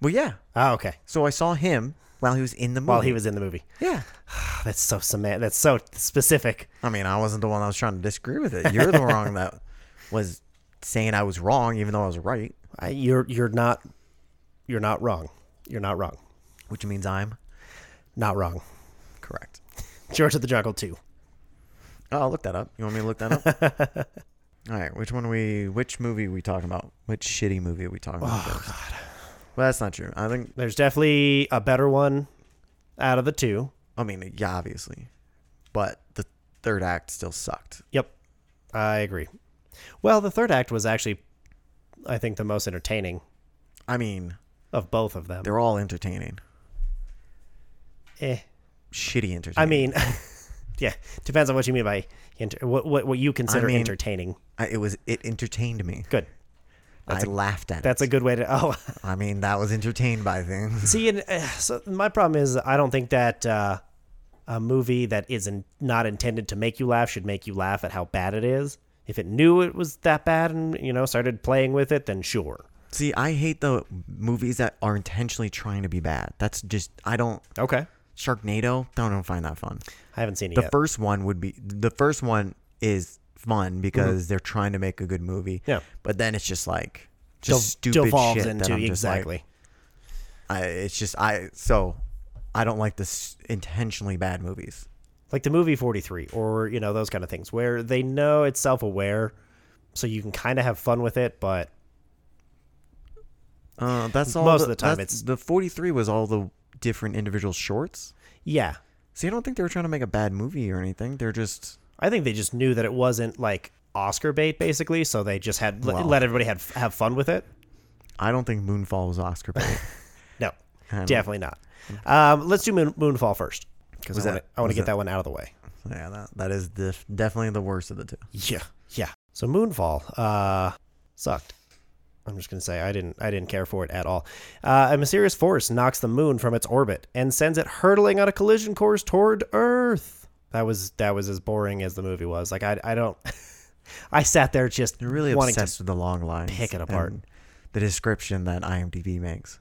Speaker 4: Well, yeah.
Speaker 3: Oh, okay.
Speaker 4: So I saw him while he was in the movie.
Speaker 3: While he was in the movie.
Speaker 4: yeah.
Speaker 3: Oh, that's so semantic. That's so specific.
Speaker 4: I mean, I wasn't the one that was trying to disagree with it. You're the wrong that was saying I was wrong, even though I was right,
Speaker 3: I, you're you're not you're not wrong. You're not wrong.
Speaker 4: which means I'm
Speaker 3: Not wrong.
Speaker 4: correct.
Speaker 3: George of the Jungle too.
Speaker 4: Oh, I'll look that up. You want me to look that up? All right, which one are we? Which movie are we talking about? Which shitty movie are we talking about
Speaker 3: Oh,
Speaker 4: first? Well, that's not true. I think.
Speaker 3: There's definitely a better one out of the two.
Speaker 4: I mean, yeah, obviously, but the third act still sucked.
Speaker 3: Yep. I agree. Well, the third act was actually I think the most entertaining
Speaker 4: I mean,
Speaker 3: of both of them.
Speaker 4: they're all entertaining,
Speaker 3: Eh.
Speaker 4: shitty entertaining.
Speaker 3: I mean, yeah, depends on what you mean by enter- what, what what you consider
Speaker 4: mean-
Speaker 3: entertaining.
Speaker 4: I, it was it entertained me.
Speaker 3: Good.
Speaker 4: I laughed at
Speaker 3: That's a
Speaker 4: it.
Speaker 3: good way to. Oh,
Speaker 4: I mean, that was entertained by things.
Speaker 3: see, and, uh, so my problem is I don't think that uh, a movie that isn't not intended to make you laugh should make you laugh at how bad it is. If it knew it was that bad and you know started playing with it, then sure.
Speaker 4: See, I hate the movies that are intentionally trying to be bad. That's just I don't.
Speaker 3: Okay.
Speaker 4: Sharknado. I don't find that fun.
Speaker 3: I haven't seen it
Speaker 4: The
Speaker 3: yet.
Speaker 4: first one would be the first one is fun because they're trying to make a good movie.
Speaker 3: Mm-hmm. Yeah.
Speaker 4: But then it's just like
Speaker 3: Del-
Speaker 4: just stupid
Speaker 3: devolves
Speaker 4: shit that
Speaker 3: into
Speaker 4: I'm just like,
Speaker 3: exactly.
Speaker 4: I, it's just I so I don't like this intentionally bad movies.
Speaker 3: like the movie 43 or you know those kind of things where they know it's self-aware so you can kind of have fun with it but
Speaker 4: Uh, that's all.
Speaker 3: Most of the time
Speaker 4: that's-
Speaker 3: it's-
Speaker 4: the forty three was all the different individual shorts.
Speaker 3: yeah
Speaker 4: See, I don't think they were trying to make a bad movie or anything. They're just
Speaker 3: i think they just knew that it wasn't like oscar bait basically so they just had let-
Speaker 4: Well.
Speaker 3: let everybody have have fun with it
Speaker 4: I don't think Moonfall was Oscar bait.
Speaker 3: no
Speaker 4: I don't-
Speaker 3: definitely not um, let's do Moon, moonfall first because
Speaker 4: Was
Speaker 3: i want
Speaker 4: that-
Speaker 3: to
Speaker 4: was
Speaker 3: get
Speaker 4: that-
Speaker 3: that one out of the way
Speaker 4: yeah, that, that is the, definitely the worst of the two.
Speaker 3: yeah yeah so moonfall uh, sucked I'm just gonna say I didn't I didn't care for it at all. Uh, a mysterious force knocks the moon from its orbit and sends it hurtling on a collision course toward Earth. That was that was as boring as the movie was. Like I I don't. I sat there just
Speaker 4: You're really
Speaker 3: wanting
Speaker 4: obsessed with the long lines.
Speaker 3: pick it apart.
Speaker 4: and The description that IMDb makes.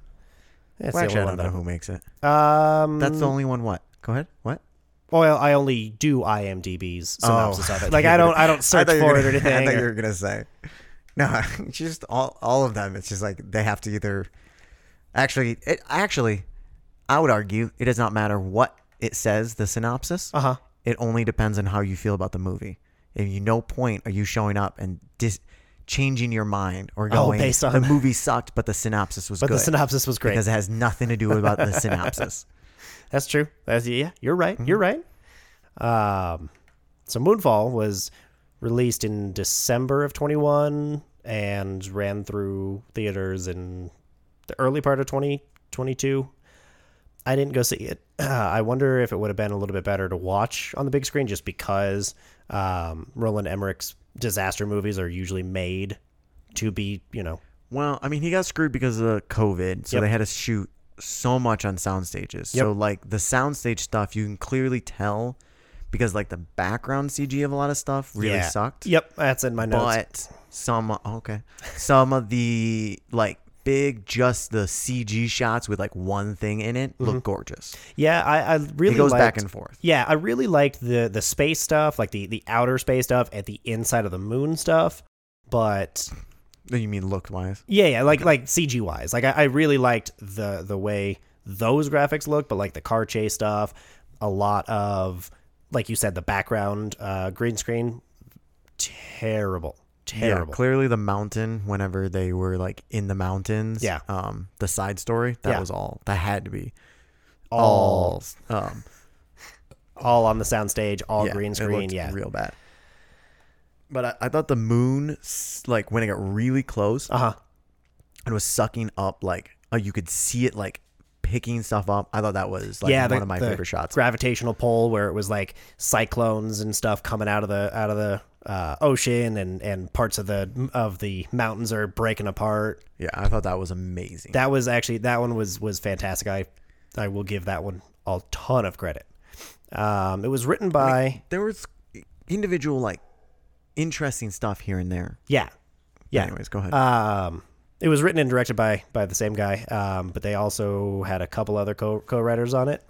Speaker 3: to. It's
Speaker 4: Well,
Speaker 3: the
Speaker 4: actually, I
Speaker 3: only
Speaker 4: don't know
Speaker 3: one
Speaker 4: who makes it.
Speaker 3: that. Um,
Speaker 4: That's the only one. What? Go ahead. What?
Speaker 3: well, I only do IMDb's synopsis of it. Like
Speaker 4: thought
Speaker 3: I
Speaker 4: you were
Speaker 3: don't
Speaker 4: gonna-
Speaker 3: I don't search
Speaker 4: Oh. thought you
Speaker 3: for
Speaker 4: were
Speaker 3: it or
Speaker 4: gonna- I
Speaker 3: anything.
Speaker 4: thought you
Speaker 3: or-
Speaker 4: were gonna say. No, it's just all all of them. It's just like they have to either. Actually, it actually, I would argue it does not matter what it says. The synopsis.
Speaker 3: Uh huh.
Speaker 4: It only depends on how you feel about the movie. If you no point are you showing up and dis- changing your mind or
Speaker 3: Oh,
Speaker 4: going
Speaker 3: based on-
Speaker 4: the movie sucked, but the synopsis was
Speaker 3: But
Speaker 4: good.
Speaker 3: the synopsis was great.
Speaker 4: because it has nothing to do about the synopsis.
Speaker 3: That's true. That's yeah. You're right.
Speaker 4: Mm-hmm.
Speaker 3: You're right. Um, so Moonfall was released in December of 21 and ran through theaters in the early part of 2022. I didn't go see it. I wonder if it would have been a little bit better to watch on the big screen, just because um, Roland Emmerich's disaster movies are usually made to be, you know,
Speaker 4: Well, I mean, he got screwed because of COVID, so
Speaker 3: Yep.
Speaker 4: they had to shoot so much on sound stages. So
Speaker 3: Yep.
Speaker 4: like the soundstage stuff, you can clearly tell because like the background CG of a lot of stuff really
Speaker 3: yeah.
Speaker 4: sucked.
Speaker 3: Yep, that's in my notes.
Speaker 4: But some oh, okay, some of the like big just the CG shots with like one thing in it look gorgeous.
Speaker 3: Yeah, I, I Mm-hmm. really
Speaker 4: It goes back
Speaker 3: liked-
Speaker 4: and forth.
Speaker 3: Yeah, I really liked the the space stuff, like the the outer space stuff and the inside of the moon stuff. But
Speaker 4: You mean look wise?
Speaker 3: yeah, yeah, like like CG wise, like I, I really liked the the way those graphics look, but like the car chase stuff, a lot of like you said, the background uh, green screen, terrible, terrible.
Speaker 4: Yeah, clearly the mountain. Whenever they were like in the mountains,
Speaker 3: Yeah.
Speaker 4: Um, the side story that
Speaker 3: Yeah.
Speaker 4: was all that had to be
Speaker 3: All-
Speaker 4: all. Um,
Speaker 3: all on the soundstage, all
Speaker 4: yeah,
Speaker 3: green
Speaker 4: it
Speaker 3: screen.
Speaker 4: looked
Speaker 3: Yeah,
Speaker 4: real bad. But I, I thought the moon, s- like when it got really close,
Speaker 3: uh huh.
Speaker 4: it was sucking up. Like uh, you could see it, like picking stuff up. I thought that was like
Speaker 3: yeah,
Speaker 4: one
Speaker 3: the-
Speaker 4: of my
Speaker 3: the
Speaker 4: favorite shots.
Speaker 3: Gravitational pull, where it was like cyclones and stuff coming out of the out of the uh, ocean, and and parts of the of the mountains are breaking apart.
Speaker 4: yeah, I thought that was amazing.
Speaker 3: That was actually that one was was fantastic. I I will give that one a ton of credit. Um, it was written by
Speaker 4: there was individual like interesting stuff here and there.
Speaker 3: yeah yeah.
Speaker 4: Anyways, go ahead.
Speaker 3: Um, it was written and directed by by the same guy, um, but they also had a couple other co co writers on it.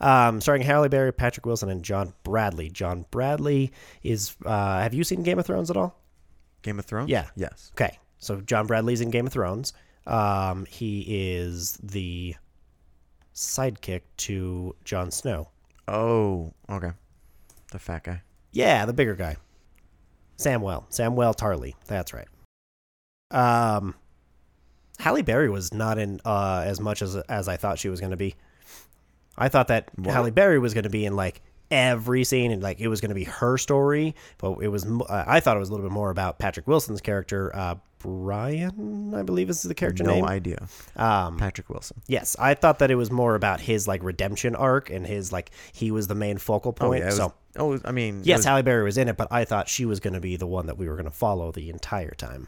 Speaker 3: Um, starring Halle Berry, Patrick Wilson, and John Bradley. John Bradley is. Uh, have you seen Game of Thrones at all?
Speaker 4: Game of Thrones.
Speaker 3: yeah.
Speaker 4: Yes.
Speaker 3: Okay, so John Bradley's in Game of Thrones. Um, he is the sidekick to Jon Snow.
Speaker 4: Oh, okay. The fat guy.
Speaker 3: Yeah, the bigger guy. Samwell. Samwell Tarly. That's right. Um Halle Berry was not in uh as much as as I thought she was going to be. I thought that
Speaker 4: What?
Speaker 3: Halle Berry was going to be in like every scene and like it was going to be her story, but it was m- uh, I thought it was a little bit more about Patrick Wilson's character uh Brian, I believe is the character
Speaker 4: no
Speaker 3: name.
Speaker 4: idea.
Speaker 3: um
Speaker 4: Patrick Wilson.
Speaker 3: yes, I thought that it was more about his like redemption arc and his like he was the main focal point.
Speaker 4: it was-
Speaker 3: so
Speaker 4: oh, it was- I mean, it
Speaker 3: Yes,
Speaker 4: was-
Speaker 3: Halle Berry was in it, but I thought she was going to be the one that we were going to follow the entire time,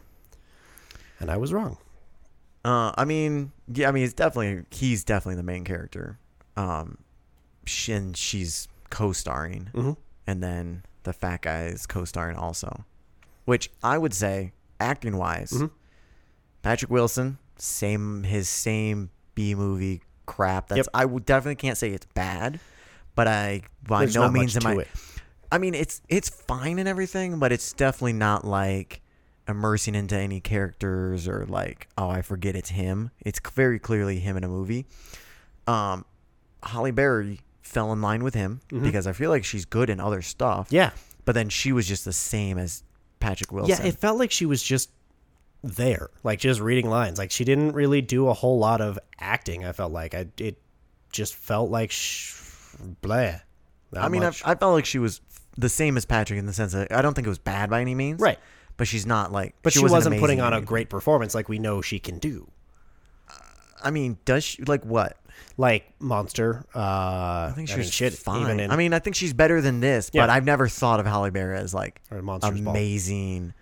Speaker 3: and I was wrong.
Speaker 4: uh, I mean, yeah, I mean, it's definitely he's definitely the main character. Um, sh- and she's co-starring,
Speaker 3: Mhm.
Speaker 4: and then the fat guy is co-starring also, which I would say acting wise,
Speaker 3: Mm-hmm.
Speaker 4: Patrick Wilson, same his same B movie crap. That's I would definitely can't say it's bad, but I by
Speaker 3: There's
Speaker 4: no
Speaker 3: not
Speaker 4: means
Speaker 3: much
Speaker 4: am
Speaker 3: to
Speaker 4: I.
Speaker 3: it.
Speaker 4: I mean, it's it's fine and everything, but it's definitely not like immersing into any characters or like oh I forget it's him. It's c- very clearly him in a movie. Um, Holly Berry fell in line with him because I feel like she's good in other stuff.
Speaker 3: Yeah,
Speaker 4: but then she was just the same as Patrick Wilson.
Speaker 3: yeah, it felt like she was just there, like just reading lines. Like she didn't really do a whole lot of acting. I felt like I it just felt like sh- blah. Not
Speaker 4: I mean, I,
Speaker 3: much.
Speaker 4: I felt like she was the same as Patrick in the sense that I don't think it was bad by any means.
Speaker 3: Right.
Speaker 4: But she's not like.
Speaker 3: but she,
Speaker 4: wasn't
Speaker 3: wasn't
Speaker 4: amazing
Speaker 3: putting
Speaker 4: or
Speaker 3: on a
Speaker 4: anything.
Speaker 3: great performance like we know she can do,
Speaker 4: I mean, does she like what?
Speaker 3: like Monster. Uh, I
Speaker 4: I think
Speaker 3: she
Speaker 4: she
Speaker 3: I mean,
Speaker 4: was
Speaker 3: shit,
Speaker 4: fine.
Speaker 3: Even in,
Speaker 4: I mean, I think she's better than this, but
Speaker 3: Yeah.
Speaker 4: I've never thought of Halle Berry as like
Speaker 3: Or Monsters Ball.
Speaker 4: amazing,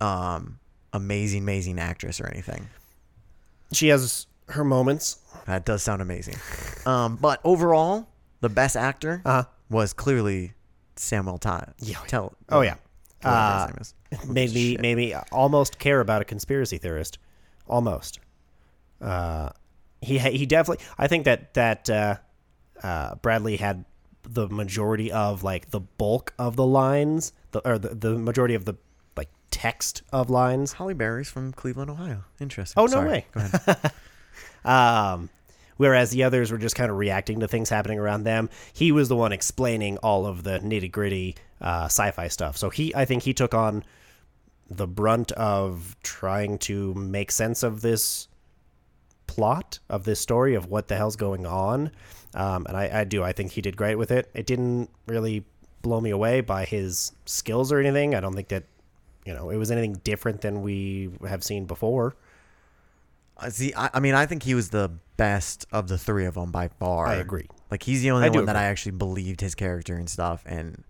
Speaker 4: um, amazing, amazing actress or anything.
Speaker 3: she has her moments.
Speaker 4: That does sound amazing. Um, but overall, the best actor
Speaker 3: Uh-huh.
Speaker 4: was clearly Samuel Todd.
Speaker 3: Yeah, yeah.
Speaker 4: Tell.
Speaker 3: Oh yeah.
Speaker 4: whatever his
Speaker 3: Uh,
Speaker 4: name is.
Speaker 3: made me made me almost care about a conspiracy theorist, almost. Uh, he ha- he definitely. I think that that uh, uh, Bradley had the majority of like the bulk of the lines, the or the, the majority of the like text of lines.
Speaker 4: Holly Berry's from Cleveland, Ohio. Interesting.
Speaker 3: Oh, no
Speaker 4: Sorry.
Speaker 3: way.
Speaker 4: Go ahead.
Speaker 3: Um, whereas the others were just kind of reacting to things happening around them. He was the one explaining all of the nitty gritty uh, sci fi stuff. So he, I think he took on the brunt of trying to make sense of this plot of this story of what the hell's going on. Um, and I, I do. I think he did great with it. It didn't really blow me away by his skills or anything. I don't think that, you know, it was anything different than we have seen before.
Speaker 4: Uh, See, I, I mean, I think he was the best of the three of them by far.
Speaker 3: I agree.
Speaker 4: Like he's the only
Speaker 3: I
Speaker 4: one
Speaker 3: do
Speaker 4: that
Speaker 3: agree.
Speaker 4: I actually believed his character and stuff, and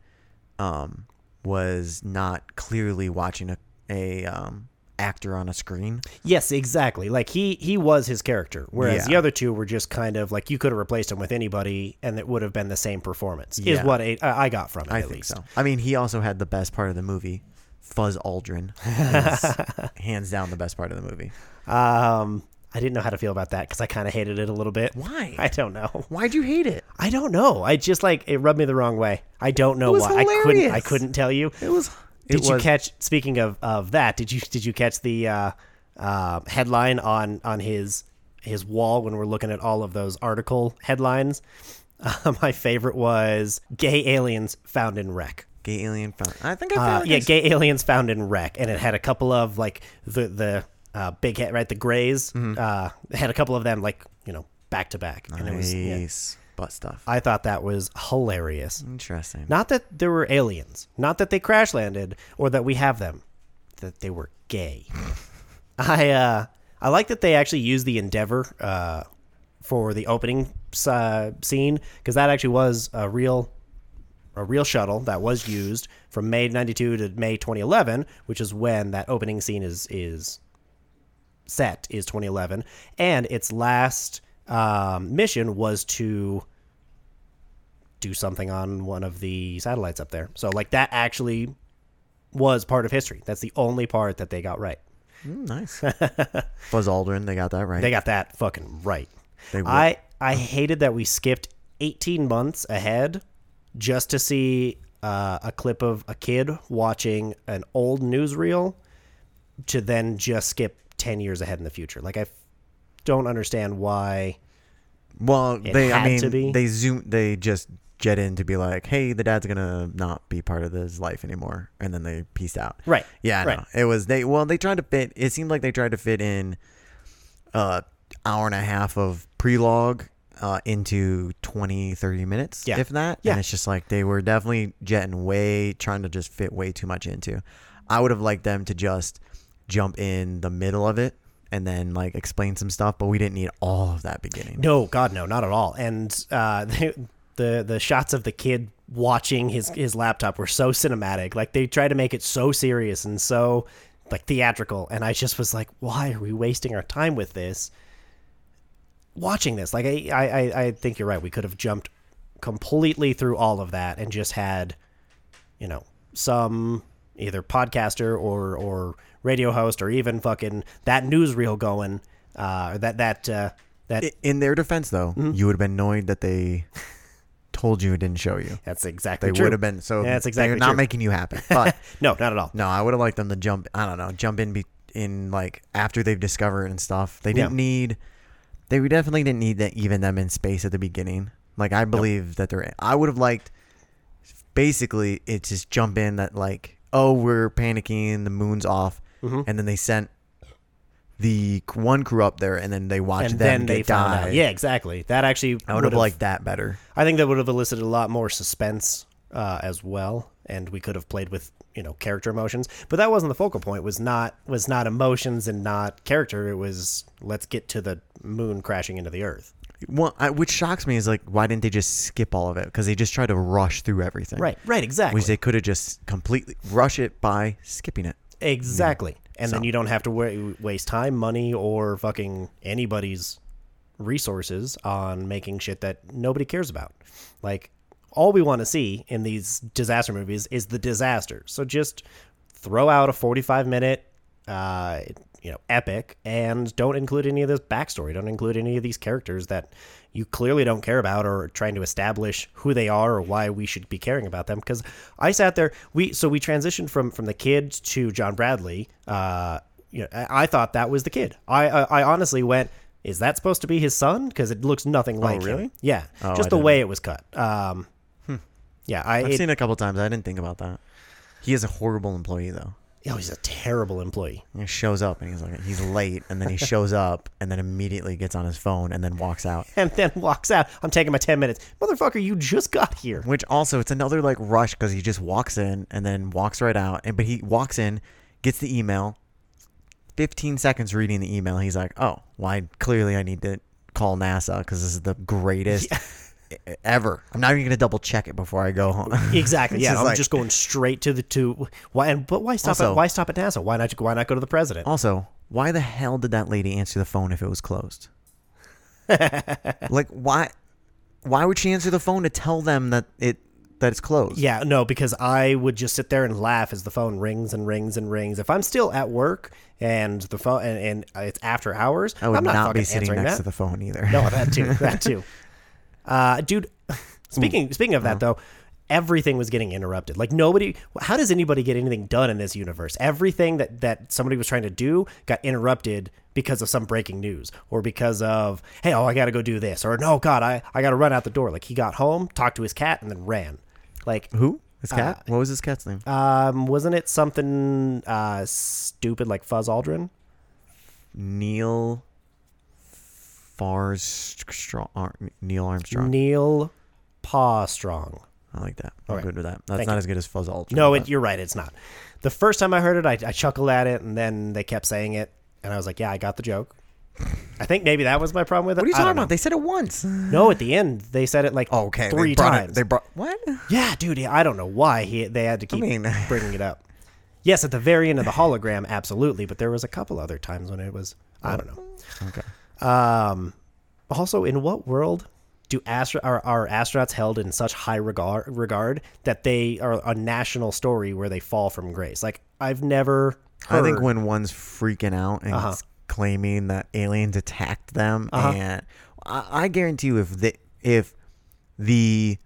Speaker 4: um, was not clearly watching a a um actor on a screen.
Speaker 3: Yes, exactly. Like he he was his character, whereas
Speaker 4: Yeah.
Speaker 3: the other two were just kind of like you could have replaced him with anybody, and it would have been the same performance. Is
Speaker 4: Yeah.
Speaker 3: what I, I got from it.
Speaker 4: I
Speaker 3: at
Speaker 4: think
Speaker 3: least.
Speaker 4: so. I mean, he also had the best part of the movie. Fuzz Aldrin is hands down the best part of the movie.
Speaker 3: Um, I didn't know how to feel about that because I kind of hated it a little bit.
Speaker 4: Why?
Speaker 3: I don't know.
Speaker 4: Why'd you hate it?
Speaker 3: I don't know. I just like it rubbed me the wrong way. I don't know
Speaker 4: was
Speaker 3: why. I couldn't. I
Speaker 4: hilarious.
Speaker 3: couldn't tell you.
Speaker 4: It was.
Speaker 3: Did
Speaker 4: it
Speaker 3: you
Speaker 4: was-
Speaker 3: catch? Speaking of of that, did you did you catch the uh, uh, headline on on his his wall when we're looking at all of those article headlines? Uh, my favorite was "Gay Aliens Found in Wreck."
Speaker 4: Gay Alien Found? I think I found
Speaker 3: Uh,
Speaker 4: like I
Speaker 3: yeah,
Speaker 4: s-
Speaker 3: gay aliens found in wreck, and it had a couple of like the the uh, big head, right? The Greys
Speaker 4: Mm-hmm.
Speaker 3: uh, had a couple of them like you know back to back, and it was. yeah.
Speaker 4: Nice butt stuff.
Speaker 3: I thought that was hilarious.
Speaker 4: Interesting.
Speaker 3: Not that there were aliens, not that they crash landed or that we have them, that they were gay. I uh, I like that they actually used the Endeavor uh, for the opening uh, scene because that actually was a real a real shuttle that was used from May 92 to May 2011, which is when that opening scene is is set is 2011 and its last um, mission was to do something on one of the satellites up there. So like that actually was part of history. That's the only part that they got right.
Speaker 4: Mm, nice. Fuzz Aldrin, they got that right.
Speaker 3: They got that fucking right.
Speaker 4: They were-
Speaker 3: I I hated that we skipped 18 months ahead just to see uh, a clip of a kid watching an old newsreel to then just skip 10 years ahead in the future. Like I f- don't understand why
Speaker 4: Well, they. I
Speaker 3: had
Speaker 4: mean,
Speaker 3: to be.
Speaker 4: they zoom. They just jet in to be like, "Hey, the dad's gonna not be part of his life anymore," and then they peace out.
Speaker 3: Right.
Speaker 4: Yeah. I
Speaker 3: Right.
Speaker 4: know. It was they. Well, they tried to fit. It seemed like they tried to fit in, uh, hour and a half of prelogue. Uh, into 20 30 minutes
Speaker 3: Yeah.
Speaker 4: if that
Speaker 3: Yeah.
Speaker 4: and it's just like they were definitely jetting way trying to just fit way too much into i would have liked them to just jump in the middle of it and then like explain some stuff but we didn't need all of that beginning
Speaker 3: No, God, no, not at all. And uh, the, the the shots of the kid watching his his laptop were so cinematic. Like they tried to make it so serious and so like theatrical. And I just was like, why are we wasting our time with this? Watching this, like I I I- I think you're right. We could have jumped completely through all of that and just had, you know, some either podcaster or or radio host or even fucking that newsreel going uh or that that uh that
Speaker 4: I- in their defense though
Speaker 3: Mm-hmm.
Speaker 4: you would have been annoyed that they told you it didn't show you
Speaker 3: That's exactly
Speaker 4: they
Speaker 3: true.
Speaker 4: would have been so
Speaker 3: Yeah, that's exactly
Speaker 4: they're not
Speaker 3: true.
Speaker 4: making you happy but
Speaker 3: no, not at all.
Speaker 4: no i would have liked them to jump i don't know jump in be, in like after they've discovered and stuff they didn't
Speaker 3: Yeah.
Speaker 4: need they definitely didn't need that even them in space at the beginning like i believe that they're i would have liked basically it just jump in that like oh we're panicking the moon's off
Speaker 3: Mm-hmm.
Speaker 4: and then they sent the c- one crew up there and then they watched
Speaker 3: And
Speaker 4: them
Speaker 3: then they
Speaker 4: get
Speaker 3: found out.
Speaker 4: dive.
Speaker 3: Yeah, exactly. That actually
Speaker 4: I would have liked that better.
Speaker 3: I think that would have elicited a lot more suspense uh, as well, and we could have played with you know character emotions. But that wasn't the focal point. Was not was not emotions and not character. It was let's get to the moon crashing into the earth.
Speaker 4: Well, I, which shocks me is like, why didn't they just skip all of it? Because they just tried to rush through everything.
Speaker 3: Right. Exactly.
Speaker 4: Which they could have just completely rush it by skipping it.
Speaker 3: Exactly. And then
Speaker 4: So-
Speaker 3: you don't have to wa- waste time, money, or fucking anybody's resources on making shit that nobody cares about. Like, all we want to see in these disaster movies is the disaster. So just throw out a 45 minute, uh, you know, epic and don't include any of this backstory. Don't include any of these characters that you clearly don't care about or are trying to establish who they are or why we should be caring about them. Because I sat there, we so we transitioned from from the kid to John Bradley. Uh, you know, I, I thought that was the kid. I I, I honestly went. Is that supposed to be his son? Because it looks nothing like
Speaker 4: really?
Speaker 3: him. Yeah,
Speaker 4: Oh,
Speaker 3: just the
Speaker 4: I didn't- Hmm.
Speaker 3: way it was cut. Um, yeah, I
Speaker 4: I've
Speaker 3: it-
Speaker 4: seen it a couple times. I didn't think about that. He is a horrible employee though.
Speaker 3: oh, he's a terrible employee.
Speaker 4: He shows up and he's like he's late, and then he shows up and then immediately gets on his phone and then walks out.
Speaker 3: and then walks out. I'm taking my 10 minutes. Motherfucker, you just got here.
Speaker 4: Which also it's another like rush because he just walks in and then walks right out. And but he walks in, gets the email. Fifteen seconds reading the email, he's like, "Oh, well, I, clearly I need to call NASA because this is the greatest e- ever. I'm not even gonna double check it before I go home."
Speaker 3: Exactly.
Speaker 4: It's
Speaker 3: Yeah,
Speaker 4: just
Speaker 3: I'm
Speaker 4: like-
Speaker 3: just going straight to the two. Why? And but why stop
Speaker 4: Also-
Speaker 3: at why stop at NASA? Why not? Why not go to the president?
Speaker 4: Also, why the hell did that lady answer the phone if it was closed? like why why would she answer the phone to tell them that it that it's closed?
Speaker 3: Yeah, no, because I would just sit there and laugh as the phone rings and rings and rings. If I'm still at work and the phone and, and it's after hours,
Speaker 4: I would
Speaker 3: am
Speaker 4: not,
Speaker 3: not,
Speaker 4: be
Speaker 3: fucking
Speaker 4: sitting
Speaker 3: answering
Speaker 4: next
Speaker 3: that.
Speaker 4: to the phone either.
Speaker 3: No, that too. That too. Uh, dude, speaking speaking of that though, everything was getting interrupted. Like nobody. How does anybody get anything done in this universe? Everything that that somebody was trying to do got interrupted because of some breaking news or because of hey oh I got to go do this or no God I I got to run out the door. Like he got home, talked to his cat, and then ran. Like
Speaker 4: Who? His cat? what was his cat's name?
Speaker 3: um wasn't it something uh stupid like Fuzz Aldrin?
Speaker 4: Neil Farstrong. Ar- Neil Armstrong.
Speaker 3: Neil Paw Strong.
Speaker 4: I like that. I'm
Speaker 3: Okay.
Speaker 4: good with that. That's
Speaker 3: Thank
Speaker 4: not
Speaker 3: you.
Speaker 4: as good as Fuzz Aldrin.
Speaker 3: No,
Speaker 4: but-
Speaker 3: it, you're right. It's not. The first time I heard it, I, I chuckled at it, and then they kept saying it, and I was like, "Yeah, I got the joke." I think maybe that was my problem with it.
Speaker 4: what are you
Speaker 3: I
Speaker 4: talking
Speaker 3: don't
Speaker 4: about? They said it once.
Speaker 3: know. No, at the end they said it like
Speaker 4: Okay. they
Speaker 3: three
Speaker 4: brought it-
Speaker 3: times.
Speaker 4: they brought what?
Speaker 3: yeah, dude, I don't know why he they had to keep
Speaker 4: mean-
Speaker 3: bringing it up. Yes, at the very end of the hologram, absolutely, but there was a couple other times when it was I don't know.
Speaker 4: Okay.
Speaker 3: Um, also, in what world do astro- are, are astronauts held in such high regard, regard that they are a national story where they fall from grace? Like, I've never heard.
Speaker 4: I think when one's freaking out and
Speaker 3: Uh-huh.
Speaker 4: s- claiming that aliens attacked them, and I, I guarantee you, if the if the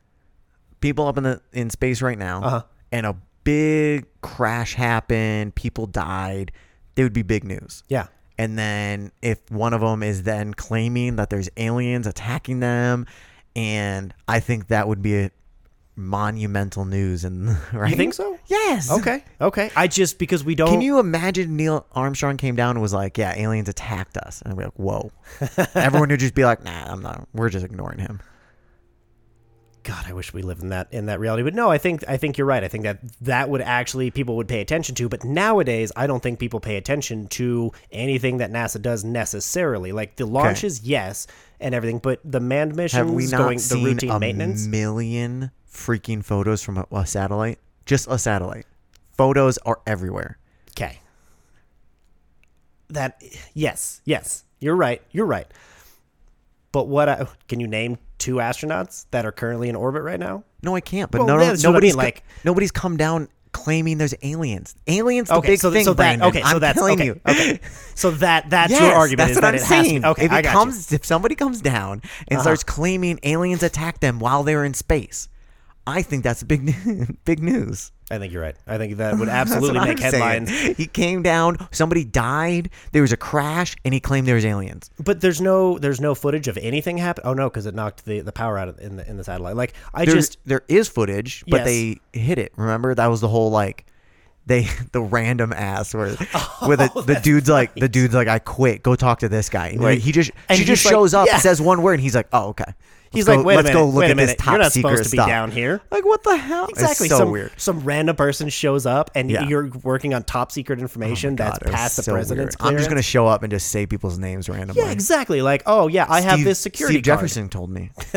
Speaker 4: people up in the in space right now,
Speaker 3: Uh-huh.
Speaker 4: and a big crash happened, people died, they would be big news.
Speaker 3: Yeah.
Speaker 4: And then if one of them is then claiming that there's aliens attacking them, and I think that would be a monumental news. And right?
Speaker 3: You think so?
Speaker 4: Yes.
Speaker 3: Okay. Okay. I just, because we don't.
Speaker 4: Can you imagine Neil Armstrong came down and was like, "Yeah, aliens attacked us," and I'd be like, "Whoa!" Everyone would just be like, "Nah, I'm not. We're just ignoring him."
Speaker 3: God, I wish we lived in that in that reality. But no, I think I think you're right. I think that that would actually people would pay attention to. But nowadays, I don't think people pay attention to anything that NASA does necessarily. Like the launches, yes, and everything, but the manned missions,
Speaker 4: Have we not
Speaker 3: going
Speaker 4: seen
Speaker 3: the routine
Speaker 4: a
Speaker 3: maintenance.
Speaker 4: million freaking photos from a, a satellite? Just a satellite. Photos are everywhere.
Speaker 3: Okay. That yes, yes, you're right. You're right. But what I, can you name two astronauts that are currently in orbit right now?
Speaker 4: No, I can't. But
Speaker 3: Well,
Speaker 4: no, no,
Speaker 3: that's what I mean,
Speaker 4: nobody's
Speaker 3: like-
Speaker 4: like nobody's come down claiming there's aliens. Aliens, the
Speaker 3: Okay,
Speaker 4: big
Speaker 3: so,
Speaker 4: thing.
Speaker 3: so that
Speaker 4: Brandon.
Speaker 3: okay, so
Speaker 4: I'm
Speaker 3: that's
Speaker 4: telling
Speaker 3: okay,
Speaker 4: you.
Speaker 3: okay. So that that's
Speaker 4: Yes,
Speaker 3: your argument
Speaker 4: That's
Speaker 3: is
Speaker 4: what
Speaker 3: that
Speaker 4: I'm
Speaker 3: it has
Speaker 4: saying.
Speaker 3: to, okay,
Speaker 4: if it
Speaker 3: I Uh-huh. got you.
Speaker 4: comes, if somebody comes down and starts claiming aliens attacked them while they were in space, I think that's big, new- big news.
Speaker 3: I think you're right. I think that would
Speaker 4: That's
Speaker 3: absolutely
Speaker 4: what
Speaker 3: make
Speaker 4: I'm saying.
Speaker 3: headlines.
Speaker 4: He came down. Somebody died. There was a crash, and he claimed there was aliens.
Speaker 3: But there's no there's no footage of anything happen. Oh no, because it knocked the, the power out of, in the in the satellite. Like I
Speaker 4: There's,
Speaker 3: just
Speaker 4: there is footage, but
Speaker 3: Yes.
Speaker 4: they hid it. Remember that was the whole like. They the random ass where
Speaker 3: Oh,
Speaker 4: where the, the dude's like the dude's like I quit go talk to this guy like he just
Speaker 3: And
Speaker 4: she
Speaker 3: he's
Speaker 4: just
Speaker 3: like,
Speaker 4: shows up
Speaker 3: yeah.
Speaker 4: says one word and he's like oh okay Let's
Speaker 3: he's
Speaker 4: go-
Speaker 3: like, wait a
Speaker 4: let's
Speaker 3: minute,
Speaker 4: go look
Speaker 3: wait a
Speaker 4: at this
Speaker 3: minute.
Speaker 4: top
Speaker 3: You're not
Speaker 4: secret
Speaker 3: supposed to be
Speaker 4: stuff.
Speaker 3: down here.
Speaker 4: Like what the hell? It's
Speaker 3: Exactly.
Speaker 4: so
Speaker 3: some,
Speaker 4: weird.
Speaker 3: some random person shows up and
Speaker 4: Yeah. Oh
Speaker 3: you're working on top secret information that's
Speaker 4: God, it was
Speaker 3: past the
Speaker 4: so
Speaker 3: president's
Speaker 4: weird. I'm just gonna
Speaker 3: clearance.
Speaker 4: show up and just say people's names randomly.
Speaker 3: Yeah, exactly. Like, oh yeah, I have
Speaker 4: Steve-
Speaker 3: this security
Speaker 4: Steve
Speaker 3: card.
Speaker 4: Jefferson told me.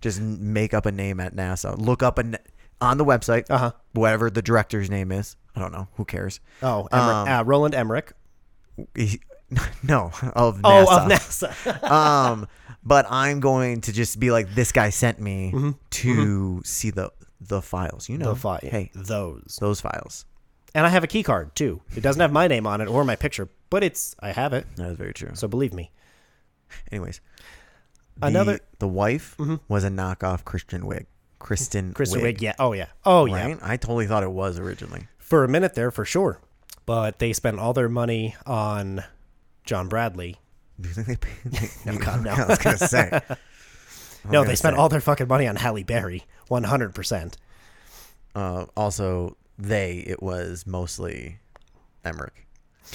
Speaker 4: just n- make up a name at NASA. Look up an on the website.
Speaker 3: Uh-huh.
Speaker 4: Uh huh. Whatever the director's name is, I don't know. Who cares?
Speaker 3: Oh,
Speaker 4: Um,
Speaker 3: Emmerich, uh, Roland Emmerich.
Speaker 4: He- no, of NASA.
Speaker 3: Oh, of NASA.
Speaker 4: um, but I'm going to just be like, this guy sent me to see the the files. You
Speaker 3: Mm-hmm.
Speaker 4: know,
Speaker 3: The fi-
Speaker 4: Oh, Hey,
Speaker 3: those.
Speaker 4: those files.
Speaker 3: And I have a key card too. It doesn't have my name on it or my picture, but it's I have it.
Speaker 4: That is very true.
Speaker 3: So believe me.
Speaker 4: Anyways, The,
Speaker 3: Another- Mm-hmm.
Speaker 4: the wife was a knockoff Christian Wig. Kristen
Speaker 3: Kristen
Speaker 4: Wiig,
Speaker 3: Wiig, yeah. Oh yeah. Oh yeah.
Speaker 4: right? I totally thought it was originally.
Speaker 3: for a minute there for sure. But they spent all their money on John Bradley.
Speaker 4: Do you think they paid?
Speaker 3: No, God, no.
Speaker 4: I was gonna say. I'm
Speaker 3: No,
Speaker 4: gonna
Speaker 3: they spent
Speaker 4: say.
Speaker 3: all their fucking money on Halle Berry, one hundred percent.
Speaker 4: Uh, also, they it was mostly Emmerich.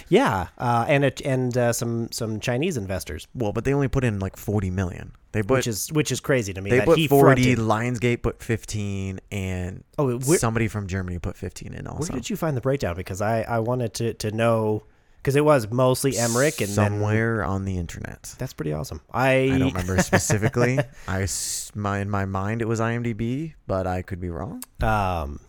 Speaker 3: Yeah, uh, and it, and uh, some some Chinese investors,
Speaker 4: Well, but they only put in like forty million. They put
Speaker 3: which is which is crazy to me.
Speaker 4: they
Speaker 3: that
Speaker 4: put
Speaker 3: he
Speaker 4: forty.
Speaker 3: fronted-
Speaker 4: Lionsgate put fifteen, and
Speaker 3: Oh, where-
Speaker 4: somebody from Germany put fifteen in also.
Speaker 3: Where did you find the breakdown? Because I I wanted to to know because it was mostly Emmerich and then-
Speaker 4: somewhere on the internet.
Speaker 3: that's pretty awesome. I,
Speaker 4: I don't remember specifically. I s- my in my mind it was IMDb, but I could be wrong.
Speaker 3: um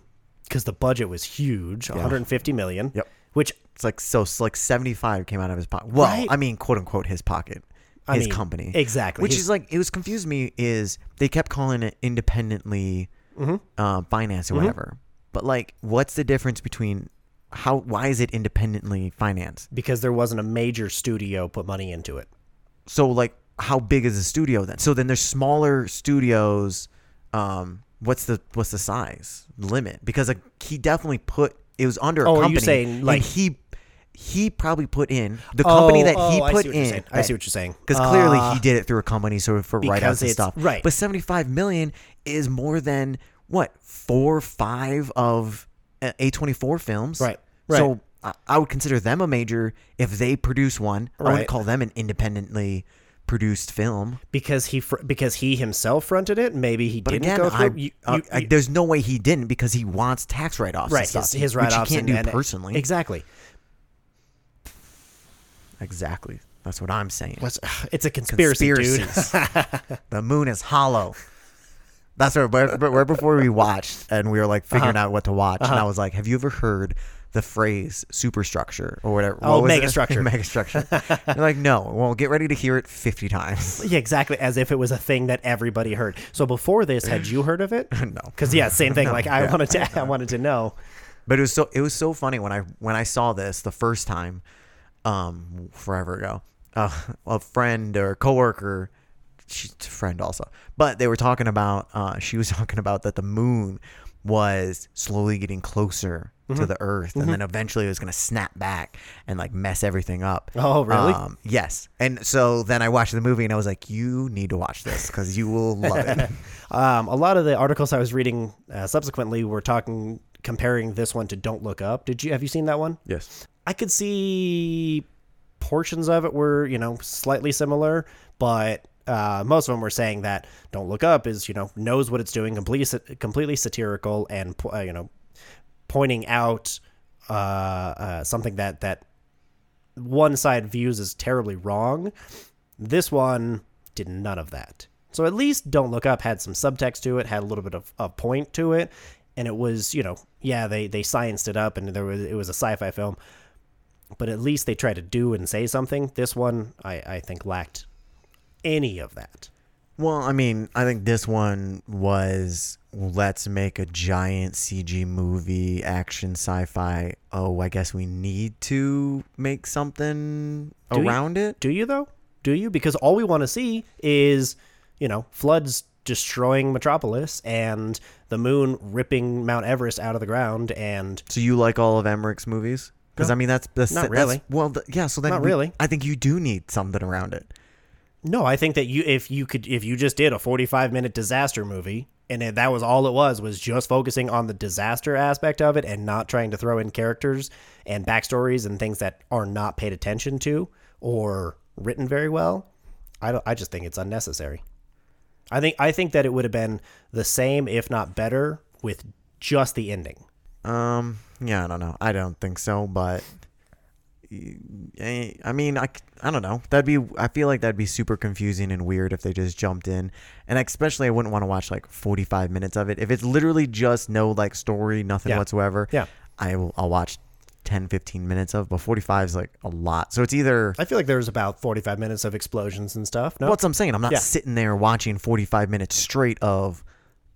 Speaker 3: because the budget was huge, 150 million.
Speaker 4: Yep.
Speaker 3: Which
Speaker 4: It's like so it's like 75 came out of his pocket. Well,
Speaker 3: Right.
Speaker 4: I mean, quote unquote his pocket.
Speaker 3: I
Speaker 4: his
Speaker 3: mean,
Speaker 4: company.
Speaker 3: exactly,
Speaker 4: Which
Speaker 3: his-
Speaker 4: is like it was confused me is they kept calling it independently
Speaker 3: Mm-hmm.
Speaker 4: uh, financed or whatever. But like what's the difference between how why is it independently financed?
Speaker 3: because there wasn't a major studio put money into it.
Speaker 4: So like how big is the studio then? So then there's smaller studios um what's the what's the size limit? Because like he definitely put it was under a
Speaker 3: Oh, are you
Speaker 4: company
Speaker 3: saying,
Speaker 4: and
Speaker 3: like-
Speaker 4: he he probably put in the company
Speaker 3: Oh,
Speaker 4: that
Speaker 3: oh,
Speaker 4: he
Speaker 3: I see
Speaker 4: put
Speaker 3: what you're
Speaker 4: in.
Speaker 3: saying. I see what you're saying.
Speaker 4: Because clearly
Speaker 3: Uh,
Speaker 4: he did it through a company, so for write outs
Speaker 3: because
Speaker 4: and
Speaker 3: it's-
Speaker 4: stuff.
Speaker 3: right.
Speaker 4: But seventy five million is more than what four five of uh, a twenty four films.
Speaker 3: Right, right.
Speaker 4: So I, I would consider them a major if they produce one. I
Speaker 3: Right.
Speaker 4: wouldn't call them an independently produced film.
Speaker 3: because he fr- because he himself fronted it. Maybe he
Speaker 4: But
Speaker 3: didn't
Speaker 4: again,
Speaker 3: go
Speaker 4: I,
Speaker 3: through. You-
Speaker 4: uh,
Speaker 3: you-
Speaker 4: I-
Speaker 3: you-
Speaker 4: there's no way he didn't because he wants tax write offs.
Speaker 3: right,
Speaker 4: stuff,
Speaker 3: his, his
Speaker 4: which
Speaker 3: write-offs
Speaker 4: he
Speaker 3: and-
Speaker 4: can't do
Speaker 3: and-
Speaker 4: personally.
Speaker 3: Exactly.
Speaker 4: exactly. That's what I'm saying.
Speaker 3: What's, it's a conspiracy, dude.
Speaker 4: Conspiracies. the moon is hollow. That's right. Right, right- right before we watched, and we were like figuring
Speaker 3: Uh-huh.
Speaker 4: out what to watch, and I was like, "Have you ever heard the phrase superstructure or whatever?"
Speaker 3: Oh,
Speaker 4: What was it?
Speaker 3: megastructure.
Speaker 4: megastructure. You're like, no. Well, get ready to hear it fifty times.
Speaker 3: Yeah, exactly. As if it was a thing that everybody heard. So before this, had you heard of it?
Speaker 4: No.
Speaker 3: Because yeah, same thing. like I wanted to, I wanted to know.
Speaker 4: But it was so it was so funny when I when I saw this the first time, um, forever ago. Uh, a friend or coworker, she's a friend also, but they were talking about. Uh, she was talking about that the moon was slowly getting closer
Speaker 3: Mm-hmm.
Speaker 4: to the Earth, and then eventually it was gonna snap back and like mess everything up.
Speaker 3: Oh, really?
Speaker 4: Um, yes. And so then I watched the movie, and I was like, "You need to watch this because you will love it."
Speaker 3: Um, a lot of the articles I was reading uh, subsequently were talking comparing this one to Don't Look Up. Did you have you seen that one?
Speaker 4: yes.
Speaker 3: I could see portions of it were, you know, slightly similar, but uh, most of them were saying that "Don't Look Up" is, you know, knows what it's doing, completely sa- completely satirical, and po- uh, you know, pointing out uh, uh, something that that one side views as terribly wrong. This one did none of that. So at least Don't Look Up had some subtext to it, had a little bit of a point to it, and it was, you know, yeah, they they scienced it up, and there was it was a sci-fi film, but at least they tried to do and say something. This one, I I think lacked any of that.
Speaker 4: Well, I mean, I think this one was let's make a giant CG movie, action sci-fi. Oh, I guess we need to make something
Speaker 3: you-
Speaker 4: around it.
Speaker 3: Do you though? Do you? Because all we want to see is, you know, floods destroying Metropolis and the moon ripping Mount Everest out of the ground and
Speaker 4: So you like all of Emmerich's movies? Because I mean, that's that's
Speaker 3: Not
Speaker 4: that's-
Speaker 3: really.
Speaker 4: well, th- yeah. So then
Speaker 3: Not
Speaker 4: we-
Speaker 3: really.
Speaker 4: I think you do need something around it.
Speaker 3: No, I think that you if you could if you just did a 45 minute disaster movie and it, that was all it was was just focusing on the disaster aspect of it and not trying to throw in characters and backstories and things that are not paid attention to or written very well. I don't I just think it's unnecessary. I think I think that it would have been the same if not better with just the ending.
Speaker 4: Um, yeah, I don't know. I don't think so, but eh, I mean, I, c- I don't know. That'd be I feel like that'd be super confusing and weird if they just jumped in. And especially I wouldn't want to watch like 45 minutes of it. If it's literally just no like story, nothing
Speaker 3: Yeah.
Speaker 4: whatsoever.
Speaker 3: Yeah.
Speaker 4: I will I'll watch 10 15 minutes of, but 45 is like a lot. So it's either
Speaker 3: I feel like there was about 45 minutes of explosions and stuff. No.
Speaker 4: What's I'm saying? I'm not
Speaker 3: Yeah.
Speaker 4: sitting there watching 45 minutes straight of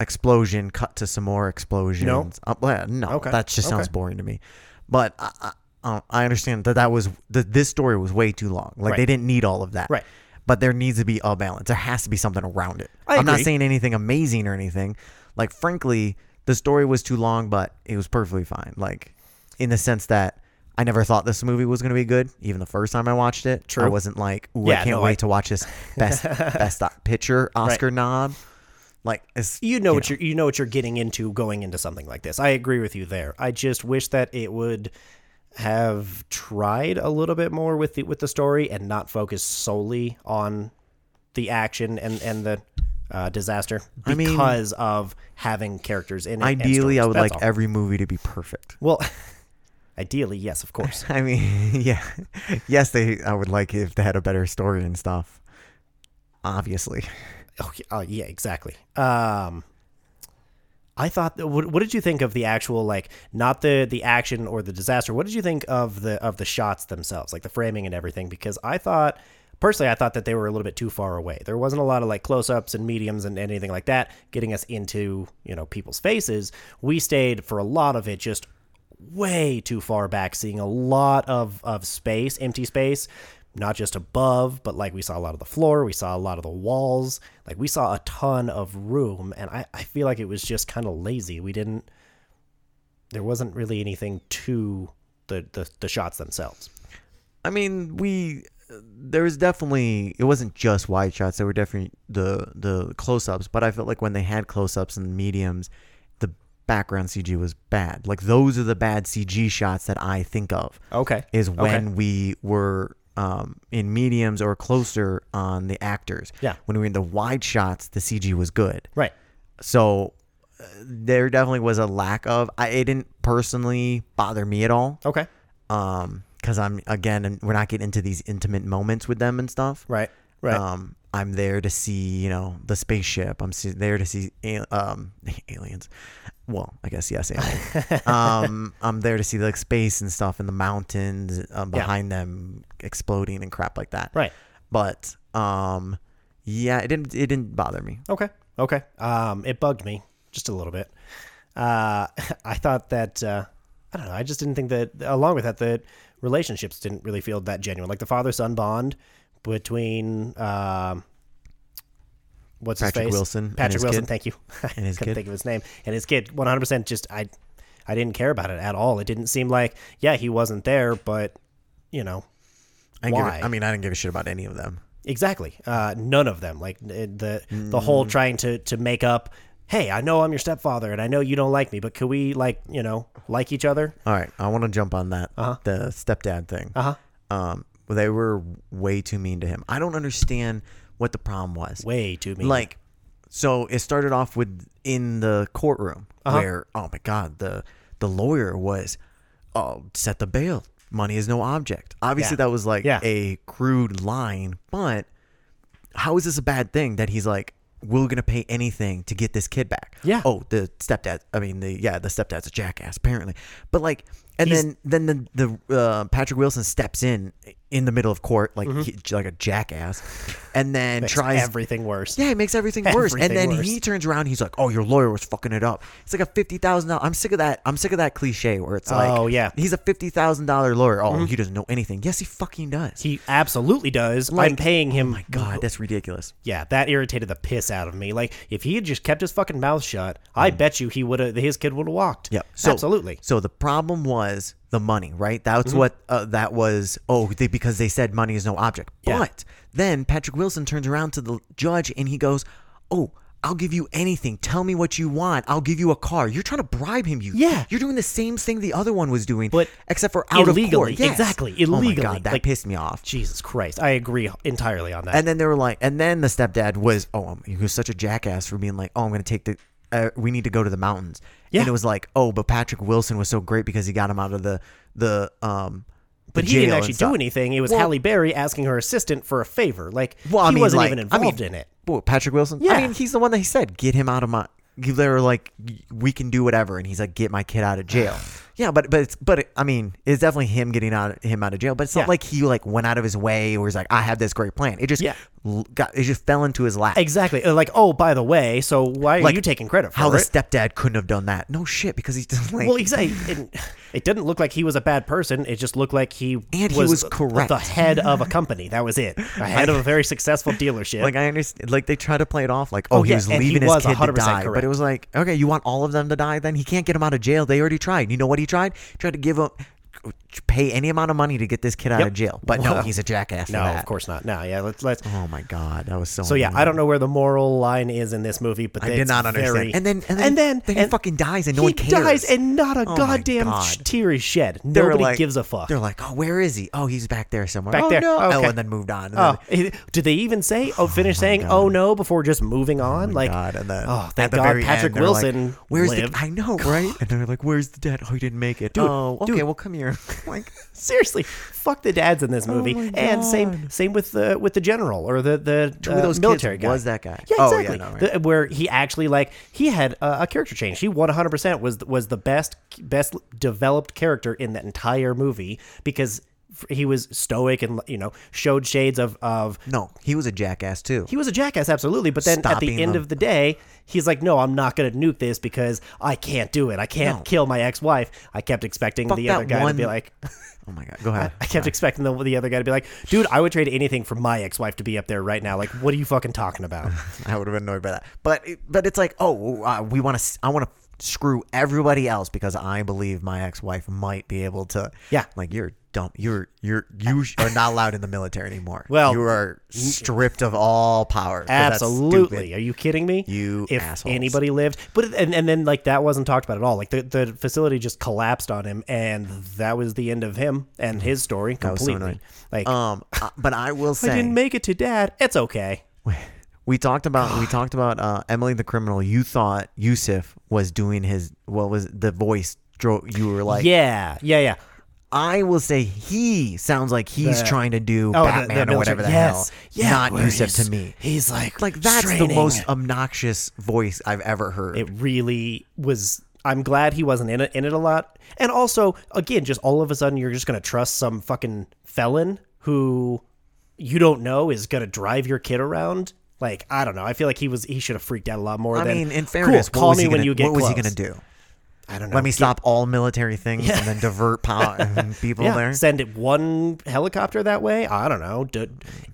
Speaker 4: explosion, cut to some more explosions. Uh, well, no,
Speaker 3: Okay.
Speaker 4: that just sounds
Speaker 3: Okay.
Speaker 4: boring to me. But I, I, I understand that that was that this story was way too long. Like
Speaker 3: Right.
Speaker 4: they didn't need all of that.
Speaker 3: Right.
Speaker 4: but there needs to be a balance. There has to be something around it.
Speaker 3: I
Speaker 4: am not
Speaker 3: agree.
Speaker 4: saying anything amazing or anything. Like frankly, the story was too long, but it was perfectly fine. Like in the sense that I never thought this movie was going to be good. Even the first time I watched it, I
Speaker 3: True.
Speaker 4: wasn't like, "Ooh,
Speaker 3: Yeah,
Speaker 4: I can't
Speaker 3: no,
Speaker 4: wait
Speaker 3: I-
Speaker 4: to watch this best best picture Oscar nod." Like it's,
Speaker 3: you know what you're you know what you're getting into going into something like this. I agree with you there. I just wish that it would have tried a little bit more with the with the story and not focus solely on the action and and the uh, disaster
Speaker 4: I mean-
Speaker 3: because of having characters in it. and
Speaker 4: ideally, I
Speaker 3: stories.
Speaker 4: would
Speaker 3: That's
Speaker 4: like
Speaker 3: all.
Speaker 4: every movie to be perfect.
Speaker 3: well, ideally, yes, of course.
Speaker 4: I mean, yeah, yes, they. I would like if they had a better story and stuff. Obviously,
Speaker 3: Oh, yeah, oh, yeah, exactly. Um, I thought. What, what did you think of the actual like, not the the action or the disaster? What did you think of the of the shots themselves, like the framing and everything? Because I thought, personally, I thought that they were a little bit too far away. There wasn't a lot of like close ups and mediums and anything like that getting us into you know people's faces. We stayed for a lot of it just way too far back, seeing a lot of, of space, empty space, not just above, but like we saw a lot of the floor, we saw a lot of the walls, like we saw a ton of room, and I, I feel like it was just kind of lazy. We didn't, there wasn't really anything to the, the, the shots themselves.
Speaker 4: I mean, we there was definitely it wasn't just wide shots. There were definitely the the close ups, but I felt like when they had close ups and mediums, the background CG was bad. Like those are the bad CG shots that I think of.
Speaker 3: Okay.
Speaker 4: is when we were um, in mediums or closer on the actors.
Speaker 3: Yeah.
Speaker 4: When we were in the wide shots, the CG was good.
Speaker 3: Right.
Speaker 4: So uh, there definitely was a lack of. I, it didn't personally bother me at all.
Speaker 3: Okay.
Speaker 4: Um, because I'm again, and we're not getting into these intimate moments with them and stuff.
Speaker 3: Right. Right.
Speaker 4: Um, I'm there to see, you know, the spaceship. I'm see- there to see al- um, aliens. Well, I guess yes, aliens. um, I'm there to see like space and stuff and the mountains um,
Speaker 3: Yeah.
Speaker 4: behind them exploding and crap like that.
Speaker 3: Right.
Speaker 4: But um, yeah, it didn't it didn't bother me.
Speaker 3: Okay. Okay. Um, it bugged me just a little bit. Uh, I thought that uh, I don't know. I just didn't think that. Along with that, the relationships didn't really feel that genuine. Like the father son bond between um, what's his
Speaker 4: Patrick
Speaker 3: face
Speaker 4: Wilson and
Speaker 3: Patrick
Speaker 4: his
Speaker 3: Wilson.
Speaker 4: kid.
Speaker 3: Thank you.
Speaker 4: And
Speaker 3: I
Speaker 4: his
Speaker 3: couldn't
Speaker 4: kid.
Speaker 3: think of his name and his kid. One hundred percent. Just I, I didn't care about it at all. It didn't seem like yeah he wasn't there, but you know
Speaker 4: I didn't give
Speaker 3: Why?
Speaker 4: a- I mean, I didn't give a shit about any of them.
Speaker 3: Exactly. Uh, none of them. Like n- the the
Speaker 4: Mm.
Speaker 3: whole trying to to make up. Hey, I know I'm your stepfather, and I know you don't like me, but could we like you know like each other?
Speaker 4: All right, I want to jump on that the stepdad thing.
Speaker 3: Uh-huh.
Speaker 4: Um, they were way too mean to him. I don't understand what the problem was.
Speaker 3: Way too mean.
Speaker 4: Like, so it started off with in the courtroom
Speaker 3: Uh-huh.
Speaker 4: where, oh my God, the the lawyer was, oh, set the bail. Money is no object. Obviously,
Speaker 3: Yeah.
Speaker 4: that was like
Speaker 3: Yeah.
Speaker 4: a crude line, but how is this a bad thing that he's like, we're gonna pay anything to get this kid back?
Speaker 3: Yeah.
Speaker 4: Oh, the stepdad. I mean, the yeah, the stepdad's a jackass apparently. But like, and
Speaker 3: He's-
Speaker 4: then then the the uh, Patrick Wilson steps in in the middle of court like he, like a jackass, and then
Speaker 3: Mm-hmm. Makes
Speaker 4: tries
Speaker 3: everything worse.
Speaker 4: yeah, it makes everything worse.
Speaker 3: Everything
Speaker 4: and then
Speaker 3: worse.
Speaker 4: he turns around, he's like, "Oh, your lawyer was fucking it up." It's like a fifty thousand dollars. I'm sick of that. I'm sick of that cliche where it's like,
Speaker 3: Oh, yeah. Mm-hmm.
Speaker 4: he's a fifty thousand dollar lawyer. Oh, he doesn't know anything. Yes, he fucking does.
Speaker 3: He absolutely does. I'm
Speaker 4: Like, oh
Speaker 3: paying him.
Speaker 4: my God, that's ridiculous.
Speaker 3: Yeah, that irritated the piss out of me. Like if he had just kept his fucking mouth shut, I bet you he would have. His kid would have walked.
Speaker 4: Mm. Yeah,
Speaker 3: absolutely. Mm-hmm.
Speaker 4: So the problem was the money, right? That's what uh, that was. Oh, they, because they said money is no object.
Speaker 3: Yeah.
Speaker 4: But then Patrick Wilson turns around to the judge and he goes, "Oh." I'll give you anything. Tell me what you want. I'll give you a car. You're trying to bribe him. You,
Speaker 3: Yeah.
Speaker 4: You're doing the same thing the other one was doing,
Speaker 3: But
Speaker 4: except for out
Speaker 3: illegally,
Speaker 4: of court. Yes.
Speaker 3: exactly,
Speaker 4: Oh my
Speaker 3: illegally.
Speaker 4: god, that
Speaker 3: Like-
Speaker 4: pissed me off.
Speaker 3: Jesus Christ, I agree entirely on that.
Speaker 4: And then they were like, and then the stepdad was, oh, um, he was such a jackass for being like, oh, I'm going to take the, uh, we need to go to the mountains.
Speaker 3: Yeah.
Speaker 4: And it was like, oh, but Patrick Wilson was so great because he got him out of the, the, um,
Speaker 3: but
Speaker 4: the
Speaker 3: he didn't
Speaker 4: jail and
Speaker 3: actually
Speaker 4: stuff.
Speaker 3: do anything. It was
Speaker 4: Well-
Speaker 3: Halle Berry asking her assistant for a favor. Like
Speaker 4: Well, I
Speaker 3: he
Speaker 4: mean,
Speaker 3: wasn't
Speaker 4: like-
Speaker 3: even
Speaker 4: I mean,
Speaker 3: involved in it.
Speaker 4: Well, Patrick Wilson?
Speaker 3: Yeah.
Speaker 4: I mean, he's the one that he said, get him out of my, they were like, we can do whatever. And he's like, get my kid out of jail. Yeah, but but it's but it, I mean, it's definitely him getting out him out of jail. But it's
Speaker 1: Yeah.
Speaker 4: not like he like went out of his way or was like, I have this great plan. It just
Speaker 3: Yeah.
Speaker 4: l- got it just fell into his lap.
Speaker 3: Exactly. Uh, Like, oh, by the way, so why are
Speaker 4: Like,
Speaker 3: you taking credit for
Speaker 4: How the
Speaker 3: it?
Speaker 4: stepdad couldn't have done that? No shit, because he's just like
Speaker 3: well, exactly. It, it didn't look like he was a bad person. It just looked like he
Speaker 4: And he
Speaker 3: was,
Speaker 4: was
Speaker 3: the-
Speaker 4: correct.
Speaker 3: The head of a company. That was it. A head of a very successful dealership.
Speaker 4: like I understand. Like they try to play it off like, oh,
Speaker 3: Oh,
Speaker 4: he
Speaker 3: yeah,
Speaker 4: was
Speaker 3: and he
Speaker 4: leaving his
Speaker 3: was
Speaker 4: kid to
Speaker 3: 100%
Speaker 4: die, but
Speaker 3: correct.
Speaker 4: it was like, okay, you want all of them to die? Then he can't get him out of jail. They already tried. You know what he tried? He tried to give him pay any amount of money to get this kid out
Speaker 3: Yep.
Speaker 4: of jail. But no,
Speaker 3: Wow.
Speaker 4: he's a jackass. for
Speaker 3: no,
Speaker 4: that.
Speaker 3: of course not. No, yeah. Let's let's.
Speaker 4: Oh my god, that was so.
Speaker 3: So yeah,
Speaker 4: annoying.
Speaker 3: I don't know where the moral line is in this movie, but
Speaker 4: I did
Speaker 3: it's
Speaker 4: not understand.
Speaker 3: very-
Speaker 4: And then- and then-
Speaker 3: and then,
Speaker 4: then he fucking dies and no
Speaker 3: he
Speaker 4: one cares.
Speaker 3: dies, and not a
Speaker 4: Oh my
Speaker 3: goddamn
Speaker 4: God.
Speaker 3: sh- tear is shed.
Speaker 4: They were
Speaker 3: Nobody
Speaker 4: like-
Speaker 3: gives a fuck.
Speaker 4: They're like, oh, where is he? Oh, he's back there somewhere.
Speaker 3: Back
Speaker 4: oh,
Speaker 3: there.
Speaker 4: No.
Speaker 3: Okay.
Speaker 4: Oh, and then moved on. And
Speaker 3: Oh,
Speaker 4: then-
Speaker 3: it- do they even say? Oh, finish saying "oh no" before just moving on. like,
Speaker 4: Oh God, and then
Speaker 3: oh,
Speaker 4: at
Speaker 3: thank
Speaker 4: the
Speaker 3: God,
Speaker 4: very
Speaker 3: Patrick
Speaker 4: end, they're like,
Speaker 3: Wilson.
Speaker 4: Where's
Speaker 3: lived.
Speaker 4: the? I know, right? And they're like, "Where's the dad? Oh, he didn't make it.
Speaker 3: Dude,
Speaker 4: oh, okay.
Speaker 3: dude.
Speaker 4: Well, come here. like,
Speaker 3: Seriously, fuck the dads in this movie,
Speaker 4: Oh my
Speaker 3: and same
Speaker 4: God.
Speaker 3: same with the with the general or the the
Speaker 4: Two of
Speaker 3: uh,
Speaker 4: those kids
Speaker 3: military guy.
Speaker 4: was that guy.
Speaker 3: Yeah,
Speaker 4: Oh, yeah,
Speaker 3: exactly.
Speaker 4: no, right.
Speaker 3: The- where he actually like he had uh, a character change. He one hundred percent was was the best best developed character in that entire movie because f- he was stoic and you know showed shades of of
Speaker 4: no, he was a jackass too.
Speaker 3: he was a jackass absolutely but then at
Speaker 4: Stopping
Speaker 3: the end
Speaker 4: them.
Speaker 3: of the day he's like no i'm not going to nuke this because i can't do it i can't
Speaker 4: No.
Speaker 3: kill my ex-wife i kept expecting
Speaker 4: Fuck
Speaker 3: the other
Speaker 4: that
Speaker 3: guy to be
Speaker 4: one-
Speaker 3: like
Speaker 4: oh my god, go ahead.
Speaker 3: I kept expecting the, the other guy to be like, dude, I would trade anything for my ex wife to be up there right now. Like, what are you fucking talking about?
Speaker 4: I would have been annoyed by that. But it- but it's like, oh, uh, we want to. I want to screw everybody else because I believe my ex-wife might be able to.
Speaker 3: Yeah.
Speaker 4: Like you're dumb. You're you're you sh- are not allowed in the military anymore.
Speaker 3: Well,
Speaker 4: you are stripped of all power. 'cause that's
Speaker 3: Absolutely.
Speaker 4: stupid.
Speaker 3: Are you kidding me?
Speaker 4: You
Speaker 3: if
Speaker 4: assholes.
Speaker 3: anybody lived. But and, and then like that wasn't talked about at all. Like the, the facility just collapsed on him and that was the end of him and his story
Speaker 4: Mm-hmm. That was so
Speaker 3: completely.
Speaker 4: annoying.
Speaker 3: like
Speaker 4: Um, uh, but I will
Speaker 3: I
Speaker 4: say,
Speaker 3: didn't make it to dad. It's okay.
Speaker 4: we talked about we talked about uh, Emily the criminal. You thought Yusuf was doing his what was the voice? Dro- you were like,
Speaker 3: yeah. Yeah, yeah.
Speaker 4: I will say he sounds like he's
Speaker 3: The- Oh,
Speaker 4: trying to do
Speaker 3: the- the
Speaker 4: Batman or
Speaker 3: military-
Speaker 4: whatever the
Speaker 3: yes.
Speaker 4: hell.
Speaker 3: Yeah,
Speaker 4: not
Speaker 3: where
Speaker 4: Yusuf
Speaker 3: he's-
Speaker 4: to me.
Speaker 3: He's like
Speaker 4: Like that's the
Speaker 3: straining.
Speaker 4: most obnoxious voice I've ever heard.
Speaker 3: it really was i'm glad he wasn't in it, in it a lot and also again just all of a sudden you're just going to trust some fucking felon who you don't know is going to drive your kid around like i don't know i feel like he was he should have freaked out a lot more
Speaker 4: I
Speaker 3: than
Speaker 4: mean, in
Speaker 3: "Cool,
Speaker 4: fairness,
Speaker 3: call
Speaker 4: what was
Speaker 3: me
Speaker 4: he
Speaker 3: when
Speaker 4: gonna,
Speaker 3: you get
Speaker 4: what was he
Speaker 3: close."
Speaker 4: gonna do?
Speaker 3: i don't know
Speaker 4: Let me stop all military things and then divert power and people
Speaker 3: yeah,
Speaker 4: there.
Speaker 3: send it one helicopter that way. I don't know. Do,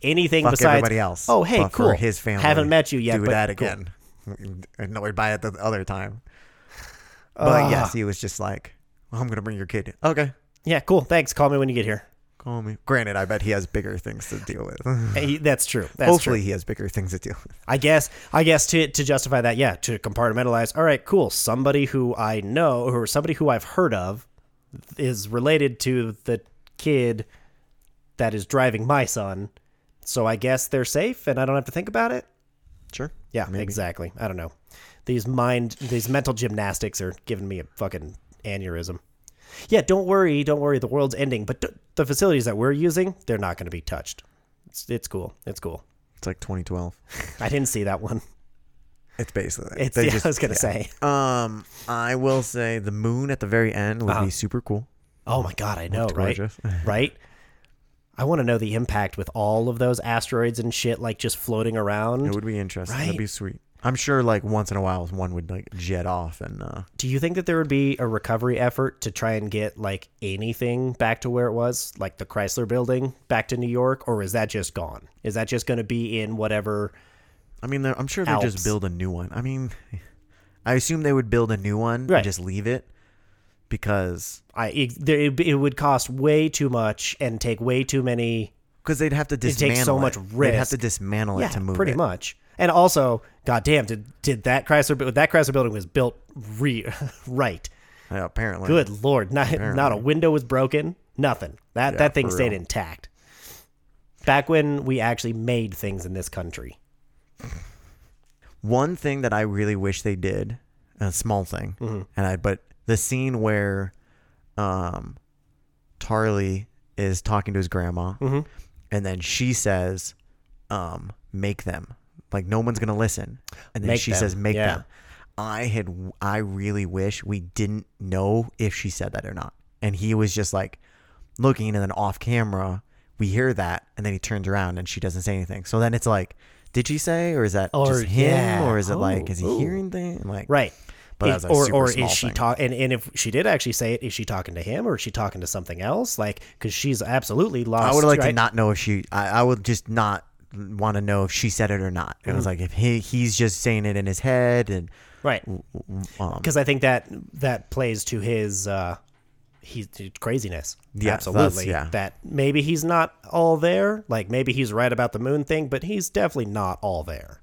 Speaker 3: anything
Speaker 4: Fuck
Speaker 3: besides
Speaker 4: everybody else.
Speaker 3: Oh, hey,
Speaker 4: but
Speaker 3: cool.
Speaker 4: For his family,
Speaker 3: Haven't met you yet.
Speaker 4: Do
Speaker 3: but
Speaker 4: that
Speaker 3: cool.
Speaker 4: again. Annoyed by it the other time. But yes, he was just like, "I'm gonna bring your kid." Okay,
Speaker 3: Yeah, cool. Thanks. Call me when you get here.
Speaker 4: call me. Granted, I bet he has bigger things to deal with.
Speaker 3: Hey, that's true. That's true.
Speaker 4: Hopefully, he has bigger things to deal with.
Speaker 3: I guess I guess to to justify that, yeah, to compartmentalize. All right, cool. Somebody who I know or somebody who I've heard of is related to the kid that is driving my son. So I guess they're safe and I don't have to think about it.
Speaker 4: Sure.
Speaker 3: Yeah, exactly. I don't know. These mind these mental gymnastics are giving me a fucking aneurysm. Yeah, don't worry, don't worry. The world's ending, but d- the facilities that we're using, they're not going to be touched. It's, it's cool. It's cool.
Speaker 4: It's like 2012.
Speaker 3: I didn't see that one.
Speaker 4: It's basically.
Speaker 3: It's,
Speaker 4: they
Speaker 3: yeah,
Speaker 4: just-
Speaker 3: I was gonna
Speaker 4: yeah.
Speaker 3: say.
Speaker 4: Um, I will say the moon at the very end would
Speaker 3: Ah.
Speaker 4: be super cool.
Speaker 3: Oh my god, I know, right?
Speaker 4: gorgeous.
Speaker 3: right? I want to know the impact with all of those asteroids and shit, like just floating
Speaker 4: It
Speaker 3: around.
Speaker 4: would be interesting.
Speaker 3: Right.
Speaker 4: That'd be sweet. I'm sure, like once in a while, one would like jet off and uh,
Speaker 3: Do you think that there would be a recovery effort to try and get like anything back to where it was, like the Chrysler Building, back to New York, or is that just gone? Is that just going to be in whatever?
Speaker 4: I mean, they're- I'm sure they
Speaker 3: Alps.
Speaker 4: just build a new one. I mean, I assume they would build a new one
Speaker 3: Right.
Speaker 4: and just leave it because
Speaker 3: I it, there, it'd be- it would cost way too much and take way too many
Speaker 4: because they'd have to dismantle.
Speaker 3: takes so much
Speaker 4: They'd have to
Speaker 3: risk.
Speaker 4: dismantle it to move
Speaker 3: pretty
Speaker 4: it.
Speaker 3: much. And also, goddamn, did did that Chrysler bu- that Chrysler Building was built re, right?
Speaker 4: Yeah, apparently,
Speaker 3: Good lord, not not a window was broken, nothing. That that thing
Speaker 4: for
Speaker 3: stayed
Speaker 4: real.
Speaker 3: intact. Back when we actually made things in this country.
Speaker 4: One thing that I really wish they did, a small thing,
Speaker 3: Mm-hmm.
Speaker 4: and I but the scene where, um, Tarly is talking to his grandma,
Speaker 3: Mm-hmm.
Speaker 4: and then she says, um, "Make them like no one's gonna listen," and then
Speaker 3: Make
Speaker 4: she
Speaker 3: them,
Speaker 4: says, "Make
Speaker 3: yeah.
Speaker 4: them." I had I really wish we didn't know if she said that or not. And he was just like looking and then off camera we hear that and then he turns around and she doesn't say anything. So then it's like did she say or is that
Speaker 3: Or,
Speaker 4: just him
Speaker 3: yeah.
Speaker 4: or is it like is he
Speaker 3: Oh, ooh.
Speaker 4: hearing thing? Like
Speaker 3: Right.
Speaker 4: But that
Speaker 3: Is-
Speaker 4: was a
Speaker 3: or
Speaker 4: super
Speaker 3: or
Speaker 4: small
Speaker 3: is she
Speaker 4: thing.
Speaker 3: talking? And, and if she did actually say it, is she talking to him or is she talking to something else? Like, because she's absolutely lost.
Speaker 4: I would like
Speaker 3: right?
Speaker 4: to not know if she. I, I would just not want to know if she said it or not. It
Speaker 3: Mm.
Speaker 4: was like if he he's just saying it in his head and
Speaker 3: Right.
Speaker 4: um,
Speaker 3: because I think that that plays to his uh, he to craziness.
Speaker 4: Yeah,
Speaker 3: absolutely.
Speaker 4: that's- yeah.
Speaker 3: That maybe he's not all there. Like maybe he's right about the moon thing, but he's definitely not all there.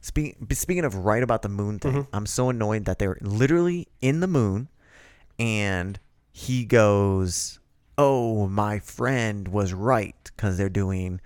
Speaker 4: Speak, b- speaking of right about the moon thing,
Speaker 3: Mm-hmm.
Speaker 4: I'm so annoyed that they're literally in the moon and he goes, Oh, my friend was right because they're doing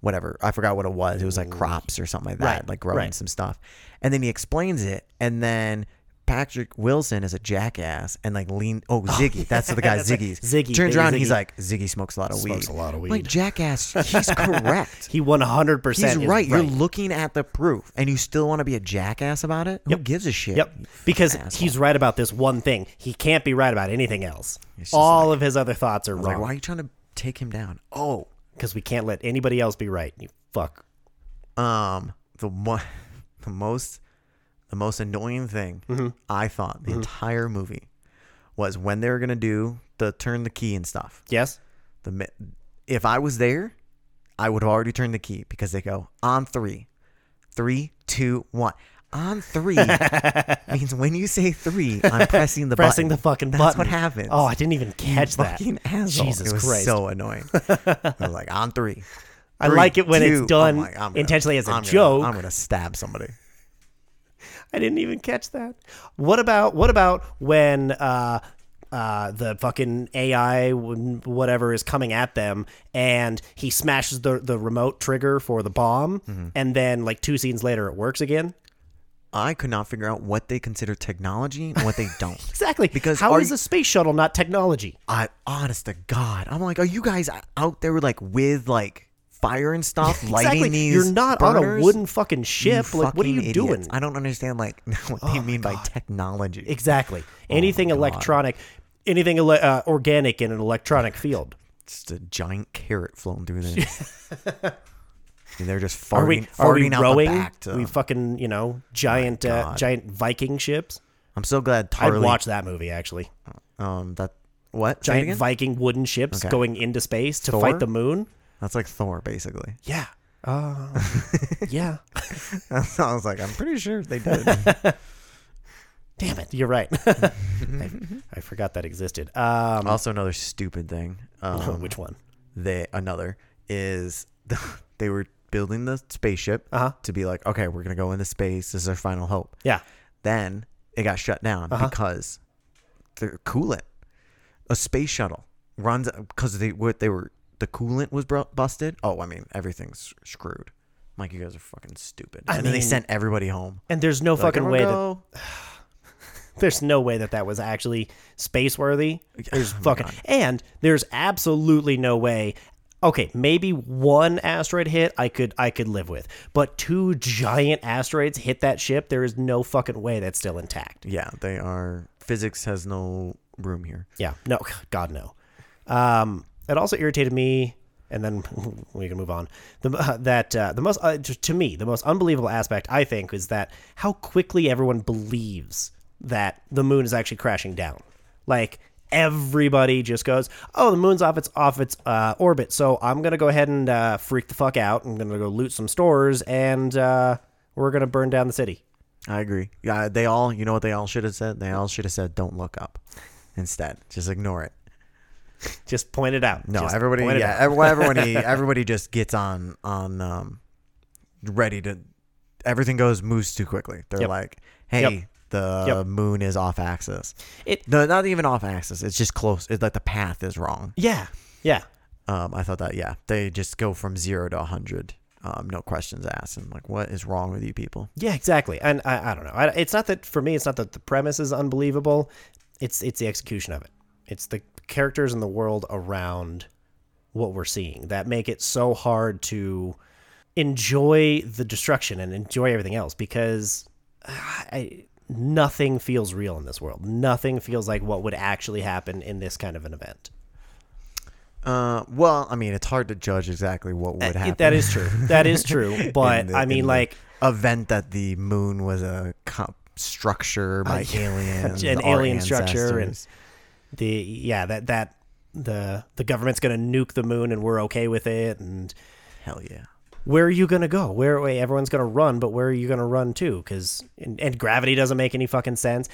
Speaker 4: whatever. I forgot what it was. It was like crops or something like that,
Speaker 3: Right,
Speaker 4: like growing
Speaker 3: right.
Speaker 4: some stuff. And then he explains it. And then Patrick Wilson is a jackass and like lean. Oh, Ziggy. That's the guy,
Speaker 3: That's right.
Speaker 4: Ziggy's.
Speaker 3: Ziggy,
Speaker 4: Turns
Speaker 3: baby
Speaker 4: around and
Speaker 3: Ziggy.
Speaker 4: he's like, Ziggy smokes a lot of weed.
Speaker 3: Smokes a lot of
Speaker 4: Like,
Speaker 3: weed.
Speaker 4: jackass. He's correct.
Speaker 3: He one hundred
Speaker 4: He's
Speaker 3: percent.
Speaker 4: right. You're looking at the proof, and you still want to be a jackass about it. Who gives a shit?
Speaker 3: Yep. Because
Speaker 4: Fucking asshole.
Speaker 3: he's right about this one thing. He can't be right about anything else.
Speaker 4: just
Speaker 3: All of his other thoughts are
Speaker 4: like,
Speaker 3: wrong
Speaker 4: why are you trying to take him down? Oh,
Speaker 3: because we can't let anybody else be right. You fuck.
Speaker 4: um, the one, the most, the most annoying thing
Speaker 3: Mm-hmm.
Speaker 4: I thought the entire movie was when they were gonna do the turn the key and stuff.
Speaker 3: Yes.
Speaker 4: The mi- if I was there, I would have already turned the key because they go on three, three, two, one. On three means when you say three, I'm pressing the
Speaker 3: Pressing
Speaker 4: button.
Speaker 3: the fucking
Speaker 4: That's
Speaker 3: button.
Speaker 4: what happens.
Speaker 3: Oh, I didn't even catch that.
Speaker 4: fucking asshole.
Speaker 3: Jesus
Speaker 4: it was
Speaker 3: Christ.
Speaker 4: so annoying. I was like, on three.
Speaker 3: I like it when
Speaker 4: Three, two.
Speaker 3: it's done
Speaker 4: I'm like, I'm gonna-
Speaker 3: intentionally as a
Speaker 4: I'm gonna-
Speaker 3: joke.
Speaker 4: I'm gonna stab somebody.
Speaker 3: I didn't even catch that. What about what about when uh uh the fucking AI w- whatever is coming at them and he smashes the the remote trigger for the bomb
Speaker 4: Mm-hmm.
Speaker 3: and then like two scenes later it works again?
Speaker 4: I could not figure out what they consider technology and what they don't.
Speaker 3: Exactly.
Speaker 4: Because
Speaker 3: how
Speaker 4: are
Speaker 3: is
Speaker 4: you-
Speaker 3: a space shuttle not technology?
Speaker 4: I honest to God, I'm like, are you guys out there like with like fire and stuff, lighting
Speaker 3: Exactly.
Speaker 4: these?
Speaker 3: You're not on
Speaker 4: burners?
Speaker 3: a wooden fucking
Speaker 4: You
Speaker 3: ship. like what are
Speaker 4: fucking
Speaker 3: you
Speaker 4: idiots.
Speaker 3: doing? Oh
Speaker 4: I don't understand like what they mean by technology.
Speaker 3: Exactly. Anything
Speaker 4: Oh, God.
Speaker 3: electronic, anything ele- uh, organic in an electronic field.
Speaker 4: It's a giant carrot floating through there. and they're just farting,
Speaker 3: Are we
Speaker 4: farting
Speaker 3: are we
Speaker 4: out
Speaker 3: rowing?
Speaker 4: the back to
Speaker 3: we fucking you know giant uh,
Speaker 4: God.
Speaker 3: giant Viking ships.
Speaker 4: I'm so glad
Speaker 3: I'd
Speaker 4: Tarly.
Speaker 3: watch that movie actually.
Speaker 4: um that what Say it
Speaker 3: Giant
Speaker 4: again?
Speaker 3: Viking wooden ships
Speaker 4: Okay.
Speaker 3: going into space to
Speaker 4: Thor?
Speaker 3: fight the moon.
Speaker 4: That's like Thor, basically.
Speaker 3: Yeah.
Speaker 4: Oh.
Speaker 3: Uh, yeah.
Speaker 4: I was like, I'm pretty sure they did.
Speaker 3: Damn it. You're right. I, I forgot that existed. Um,
Speaker 4: also, another stupid thing. Um,
Speaker 3: which one?
Speaker 4: they another is they were building the spaceship
Speaker 3: Uh-huh.
Speaker 4: to be like, okay, we're gonna go into space. This is our final hope.
Speaker 3: Yeah. Uh-huh.
Speaker 4: Then it got shut down because the coolant, a space shuttle runs because they what they were the coolant was bru- busted. Oh, I mean everything's screwed. I'm like you guys are fucking stupid.
Speaker 3: I
Speaker 4: and then they
Speaker 3: mean-
Speaker 4: sent everybody home. "Oh,
Speaker 3: And there's no fucking way that
Speaker 4: that
Speaker 3: there's no way that that was actually space worthy. There's
Speaker 4: Oh my
Speaker 3: fucking
Speaker 4: God.
Speaker 3: and there's absolutely no way. Okay, maybe one asteroid hit I could I could live with, but two giant asteroids hit that ship. There is no fucking way that's still intact.
Speaker 4: Yeah, they are. Physics has no room here.
Speaker 3: Yeah, no, God no. Um, it also irritated me, and then we can move on. The that uh, the most uh, to to me the most unbelievable aspect I think is that how quickly everyone believes that the moon is actually crashing down. Like everybody just goes, "Oh, the moon's off its off its uh, orbit, so I'm gonna go ahead and uh, freak the fuck out. I'm gonna go loot some stores, and uh, we're gonna burn down the city."
Speaker 4: I agree. Yeah, they all. You know what they all should have said? They all should have said, "Don't look up." Instead, just ignore it.
Speaker 3: Just point it out.
Speaker 4: No,
Speaker 3: Just
Speaker 4: everybody.
Speaker 3: point it
Speaker 4: Yeah,
Speaker 3: out.
Speaker 4: everyone. Everybody, everybody just gets on on um, ready to. Everything goes moves too quickly. They're
Speaker 3: Yep.
Speaker 4: like, "Hey,
Speaker 3: Yep.
Speaker 4: the
Speaker 3: Yep.
Speaker 4: moon is off axis."
Speaker 3: It-
Speaker 4: no, not even off axis. It's just close. It's like the path is wrong.
Speaker 3: yeah, yeah.
Speaker 4: Um, I thought that. Yeah, they just go from zero to hundred. Um, no questions asked. And like, what is wrong with you people?
Speaker 3: Yeah, exactly. And I, I don't know. I, it's not that for me. It's not that the premise is unbelievable. It's it's the execution of it. It's the characters and the world around what we're seeing that make it so hard to enjoy the destruction and enjoy everything else because ah, I, nothing feels real in this world. Nothing feels like what would actually happen in this kind of an event.
Speaker 4: Uh, well, I mean, it's hard to judge exactly what would happen.
Speaker 3: Uh, That is true. That is true. But
Speaker 4: in the-
Speaker 3: I
Speaker 4: in
Speaker 3: mean,
Speaker 4: the
Speaker 3: like
Speaker 4: event that the moon was a co- structure by aliens,
Speaker 3: an
Speaker 4: our
Speaker 3: alien structure and-
Speaker 4: ancestors.
Speaker 3: the yeah that that the the government's gonna nuke the moon and we're okay with it and
Speaker 4: hell yeah.
Speaker 3: where are you gonna go? Where wait, everyone's gonna run, but where are you gonna run to? Because and, and gravity doesn't make any fucking sense.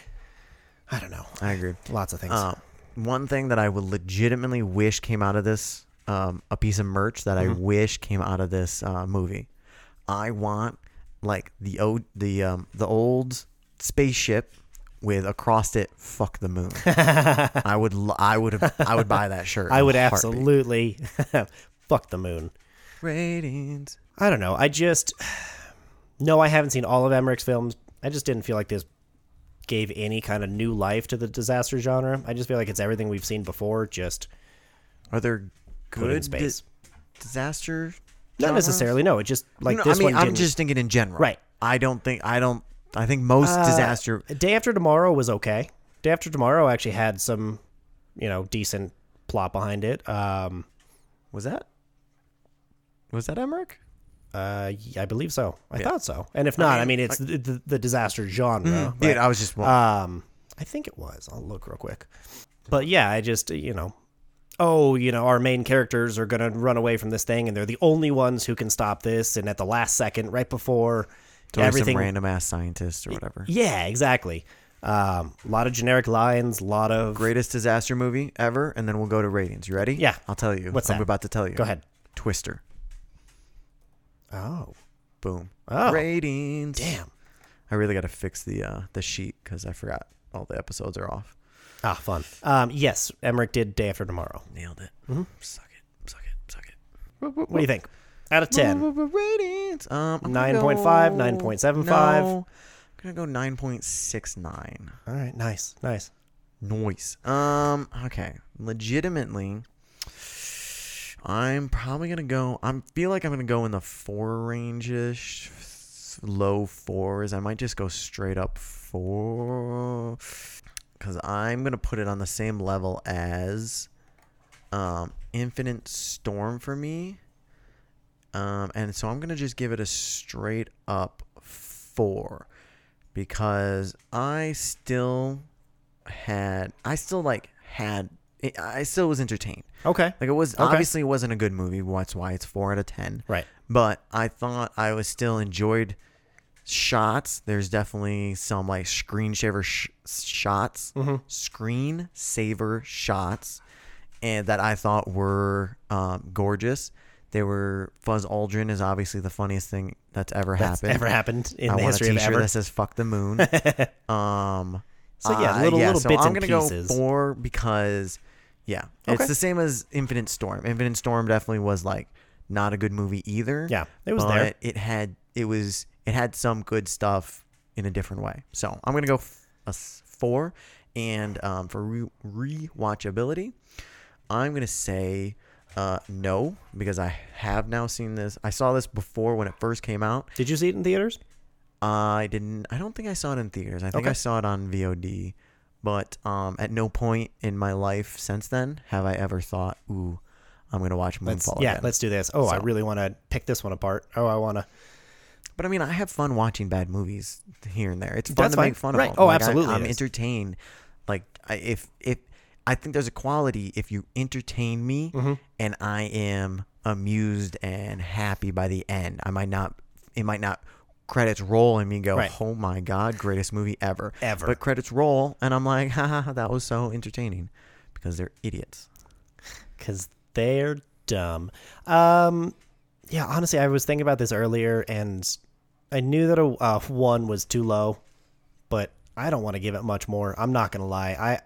Speaker 3: I don't know.
Speaker 4: I agree.
Speaker 3: Lots of things.
Speaker 4: Uh, one thing that I would legitimately wish came out of this, um, a piece of merch that
Speaker 3: Mm-hmm.
Speaker 4: I wish came out of this uh, movie. I want like the old the um, the old spaceship with across it "fuck the moon." I would lo- I would have I would buy that shirt.
Speaker 3: I
Speaker 4: in
Speaker 3: would
Speaker 4: a heartbeat.
Speaker 3: absolutely fuck the moon.
Speaker 4: ratings.
Speaker 3: I don't know. I just no, I haven't seen all of Emmerich's films. I just didn't feel like this gave any kind of new life to the disaster genre. I just feel like it's everything we've seen before, just
Speaker 4: Are there
Speaker 3: put
Speaker 4: good
Speaker 3: in space.
Speaker 4: di- disaster?
Speaker 3: Not
Speaker 4: genres?
Speaker 3: necessarily. No, it just like
Speaker 4: No,
Speaker 3: this
Speaker 4: I mean,
Speaker 3: one.
Speaker 4: I'm
Speaker 3: didn't-
Speaker 4: just thinking in general.
Speaker 3: Right.
Speaker 4: I don't think I don't. I think most disaster
Speaker 3: Uh, Day After Tomorrow was okay. Day After Tomorrow actually had some, you know, decent plot behind it. Um,
Speaker 4: was that. Was that Emmerich?
Speaker 3: uh, y- I believe so. I thought so. And if not, I mean, it's the, the, the disaster genre. but,
Speaker 4: Mm-hmm. Dude, I was just.
Speaker 3: um, I think it was. I'll look real quick. But yeah, I just you know, oh, you know, our main characters are gonna run away from this thing, and they're the only ones who can stop this. And at the last second, right before
Speaker 4: everything
Speaker 3: everything
Speaker 4: some random ass scientist or whatever.
Speaker 3: Yeah, exactly. Um, a lot of generic lines, a lot of
Speaker 4: Greatest disaster movie ever, and then we'll go to ratings. You ready?
Speaker 3: Yeah.
Speaker 4: I'll tell you.
Speaker 3: What's
Speaker 4: I'm
Speaker 3: that?
Speaker 4: about to tell you.
Speaker 3: Go ahead.
Speaker 4: Twister.
Speaker 3: Oh,
Speaker 4: Boom.
Speaker 3: Oh.
Speaker 4: Ratings.
Speaker 3: damn.
Speaker 4: I really got to fix the uh, the sheet because I forgot all the episodes are off.
Speaker 3: Ah, fun. Um, yes, Emmerich did Day After Tomorrow.
Speaker 4: Nailed it. Mm-hmm. Suck it. Suck it. Suck it.
Speaker 3: What do you think? Out of 10.
Speaker 4: Ratings. Um, I'm gonna
Speaker 3: 9.5,
Speaker 4: go-
Speaker 3: 9.75.
Speaker 4: No, I'm gonna go nine point six nine.
Speaker 3: All right, nice, nice.
Speaker 4: Noise. Um. Okay. Legitimately, I'm probably gonna go. I feel like I'm gonna go in the four range ish, low fours. I might just go straight up four, because I'm gonna put it on the same level as, um, Infinite Storm for me. Um, and so I'm gonna just give it a straight up four, because I still had I still like had it, I still was entertained.
Speaker 3: Okay.
Speaker 4: Like it was
Speaker 3: Okay.
Speaker 4: obviously it wasn't a good movie. That's why it's four out of ten.
Speaker 3: Right.
Speaker 4: But I thought I was still enjoyed shots. There's definitely some like screen saver sh- shots,
Speaker 3: Mm-hmm.
Speaker 4: screen saver shots, and that I thought were um, gorgeous. They were Fuzz Aldrin is obviously the funniest thing that's ever
Speaker 3: That's
Speaker 4: happened.
Speaker 3: ever happened in
Speaker 4: I
Speaker 3: the
Speaker 4: want
Speaker 3: history
Speaker 4: a
Speaker 3: of
Speaker 4: t-shirt
Speaker 3: ever.
Speaker 4: that says "fuck the moon." um,
Speaker 3: So, yeah,
Speaker 4: uh,
Speaker 3: little- little
Speaker 4: so
Speaker 3: bits
Speaker 4: I'm
Speaker 3: and
Speaker 4: gonna
Speaker 3: pieces.
Speaker 4: go four because, yeah,
Speaker 3: Okay.
Speaker 4: it's the same as Infinite Storm. Infinite Storm definitely was like not a good movie either.
Speaker 3: Yeah, it was there.
Speaker 4: but It had it was it had some good stuff in a different way. So I'm gonna go f- a s- four, and um, for re- rewatchability, I'm gonna say. Uh, no, because I have now seen this. I saw this before when it first came out,
Speaker 3: Did you see it in theaters?
Speaker 4: I didn't. I don't think I saw it in theaters. I think I
Speaker 3: Okay.
Speaker 4: saw it on VOD. But um, at no point in my life since then have I ever thought, "Ooh, I'm gonna watch
Speaker 3: Let's,
Speaker 4: Moonfall."
Speaker 3: yeah,
Speaker 4: again.
Speaker 3: let's do this. Oh, I
Speaker 4: So-
Speaker 3: really want to pick this one apart. Oh, I want to.
Speaker 4: But I mean, I have fun watching bad movies here and there. It's fun
Speaker 3: That's
Speaker 4: to
Speaker 3: fine.
Speaker 4: make fun
Speaker 3: Right.
Speaker 4: of. 'em.
Speaker 3: Oh,
Speaker 4: Like, I-
Speaker 3: absolutely
Speaker 4: I'm
Speaker 3: it is.
Speaker 4: entertained. Like I, if if I think there's a quality if you entertain me
Speaker 3: Mm-hmm.
Speaker 4: and I am amused and happy by the end. I might not. It might not. Credits roll and me go,
Speaker 3: Right.
Speaker 4: oh my god, greatest movie ever.
Speaker 3: Ever.
Speaker 4: But credits roll and I'm like, ha ha, ha, that was so entertaining, because they're idiots.
Speaker 3: because they're dumb. Um, yeah, honestly, I was thinking about this earlier, and I knew that a uh, one was too low, but I don't want to give it much more. I'm not gonna lie. I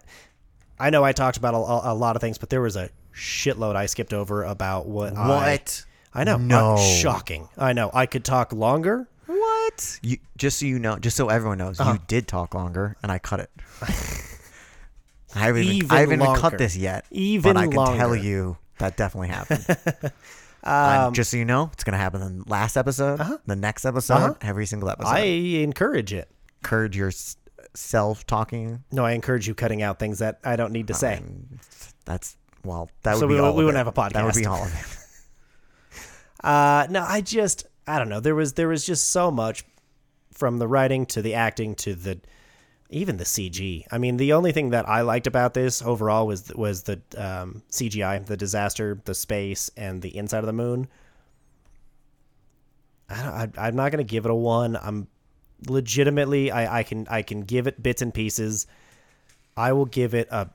Speaker 3: I know I talked about a, a lot of things, but there was a shitload I skipped over about what I,
Speaker 4: What?
Speaker 3: I know.
Speaker 4: No.
Speaker 3: Uh, shocking. I know. I could talk longer.
Speaker 4: What? You just so you know, just so everyone knows,
Speaker 3: Uh-huh.
Speaker 4: you did talk longer, and I cut it. I haven't even,
Speaker 3: Even
Speaker 4: I haven't even
Speaker 3: longer.
Speaker 4: cut this yet.
Speaker 3: Even
Speaker 4: but I can tell
Speaker 3: longer. Um,
Speaker 4: you that definitely happened. And just so
Speaker 3: Uh-huh.
Speaker 4: you know, it's gonna happen in the last episode, the next episode, every single episode.
Speaker 3: I encourage it.
Speaker 4: encourage yourself talking.
Speaker 3: No, I encourage you cutting out things that I don't need to say.
Speaker 4: And that's well, that would
Speaker 3: So
Speaker 4: be
Speaker 3: we-
Speaker 4: all.
Speaker 3: we
Speaker 4: of
Speaker 3: wouldn't
Speaker 4: it.
Speaker 3: have a
Speaker 4: That would be
Speaker 3: podcast.
Speaker 4: all of it.
Speaker 3: Uh, no, I just I don't know. There was there was just so much from the writing to the acting to the even the CG. I mean, the only thing that I liked about this overall was was the um, CGI, the disaster, the space, and the inside of the moon. I don't, I, I'm not gonna give it a one. I'm legitimately I, I can I can give it bits and pieces. I will give it a.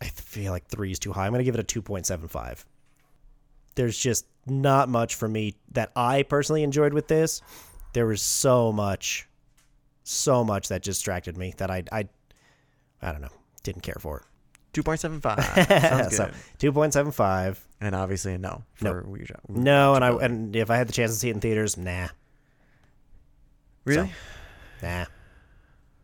Speaker 3: I feel like three is too high. I'm gonna give it a two point seven five there's just not much for me that I personally enjoyed with this. There was so much, so much that distracted me that I, I, I don't know, didn't care for it.
Speaker 4: Two point seven five. Sounds good.
Speaker 3: so two point seven five.
Speaker 4: and obviously a no for we
Speaker 3: No, and I and if I had the chance to see it in theaters, nah,
Speaker 4: Really?
Speaker 3: nah.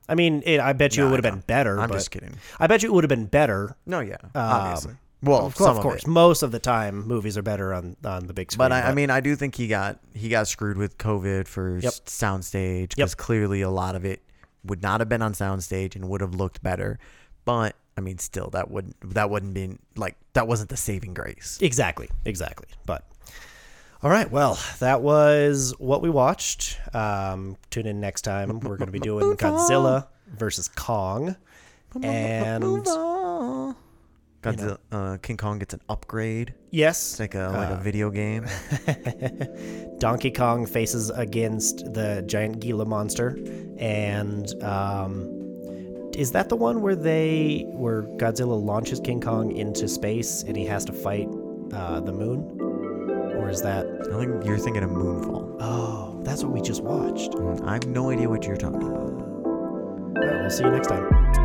Speaker 3: I mean, it, I bet you
Speaker 4: Nah,
Speaker 3: it would
Speaker 4: I
Speaker 3: have been
Speaker 4: know.
Speaker 3: better.
Speaker 4: I'm
Speaker 3: but-
Speaker 4: just kidding.
Speaker 3: I bet you it would have been better.
Speaker 4: No, yeah, obviously.
Speaker 3: Um,
Speaker 4: Well,
Speaker 3: of, course-
Speaker 4: some
Speaker 3: of
Speaker 4: of
Speaker 3: course,
Speaker 4: it.
Speaker 3: most of the time movies are better on on the big screen.
Speaker 4: But I, I mean, I do think he got he got screwed with COVID for
Speaker 3: Yep.
Speaker 4: s- soundstage because clearly a lot of it would not have been on soundstage and would have looked better. But I mean, still, that wouldn't that wouldn't been like that wasn't the saving grace.
Speaker 3: Exactly, exactly. But all right, well, that was what we watched. Um, tune in next time. We're going to be doing Godzilla versus Kong, and
Speaker 4: Godzilla, uh, King Kong gets an upgrade.
Speaker 3: yes, uh,
Speaker 4: It's like a like a video game.
Speaker 3: Donkey Kong faces against the giant Gila monster, and um, is that the one where they where Godzilla launches King Kong into space and he has to fight uh, the moon, or is that?
Speaker 4: I think you're thinking of Moonfall.
Speaker 3: Oh, that's what we just watched.
Speaker 4: I have no idea what you're talking about.
Speaker 3: All right, we'll see you next time.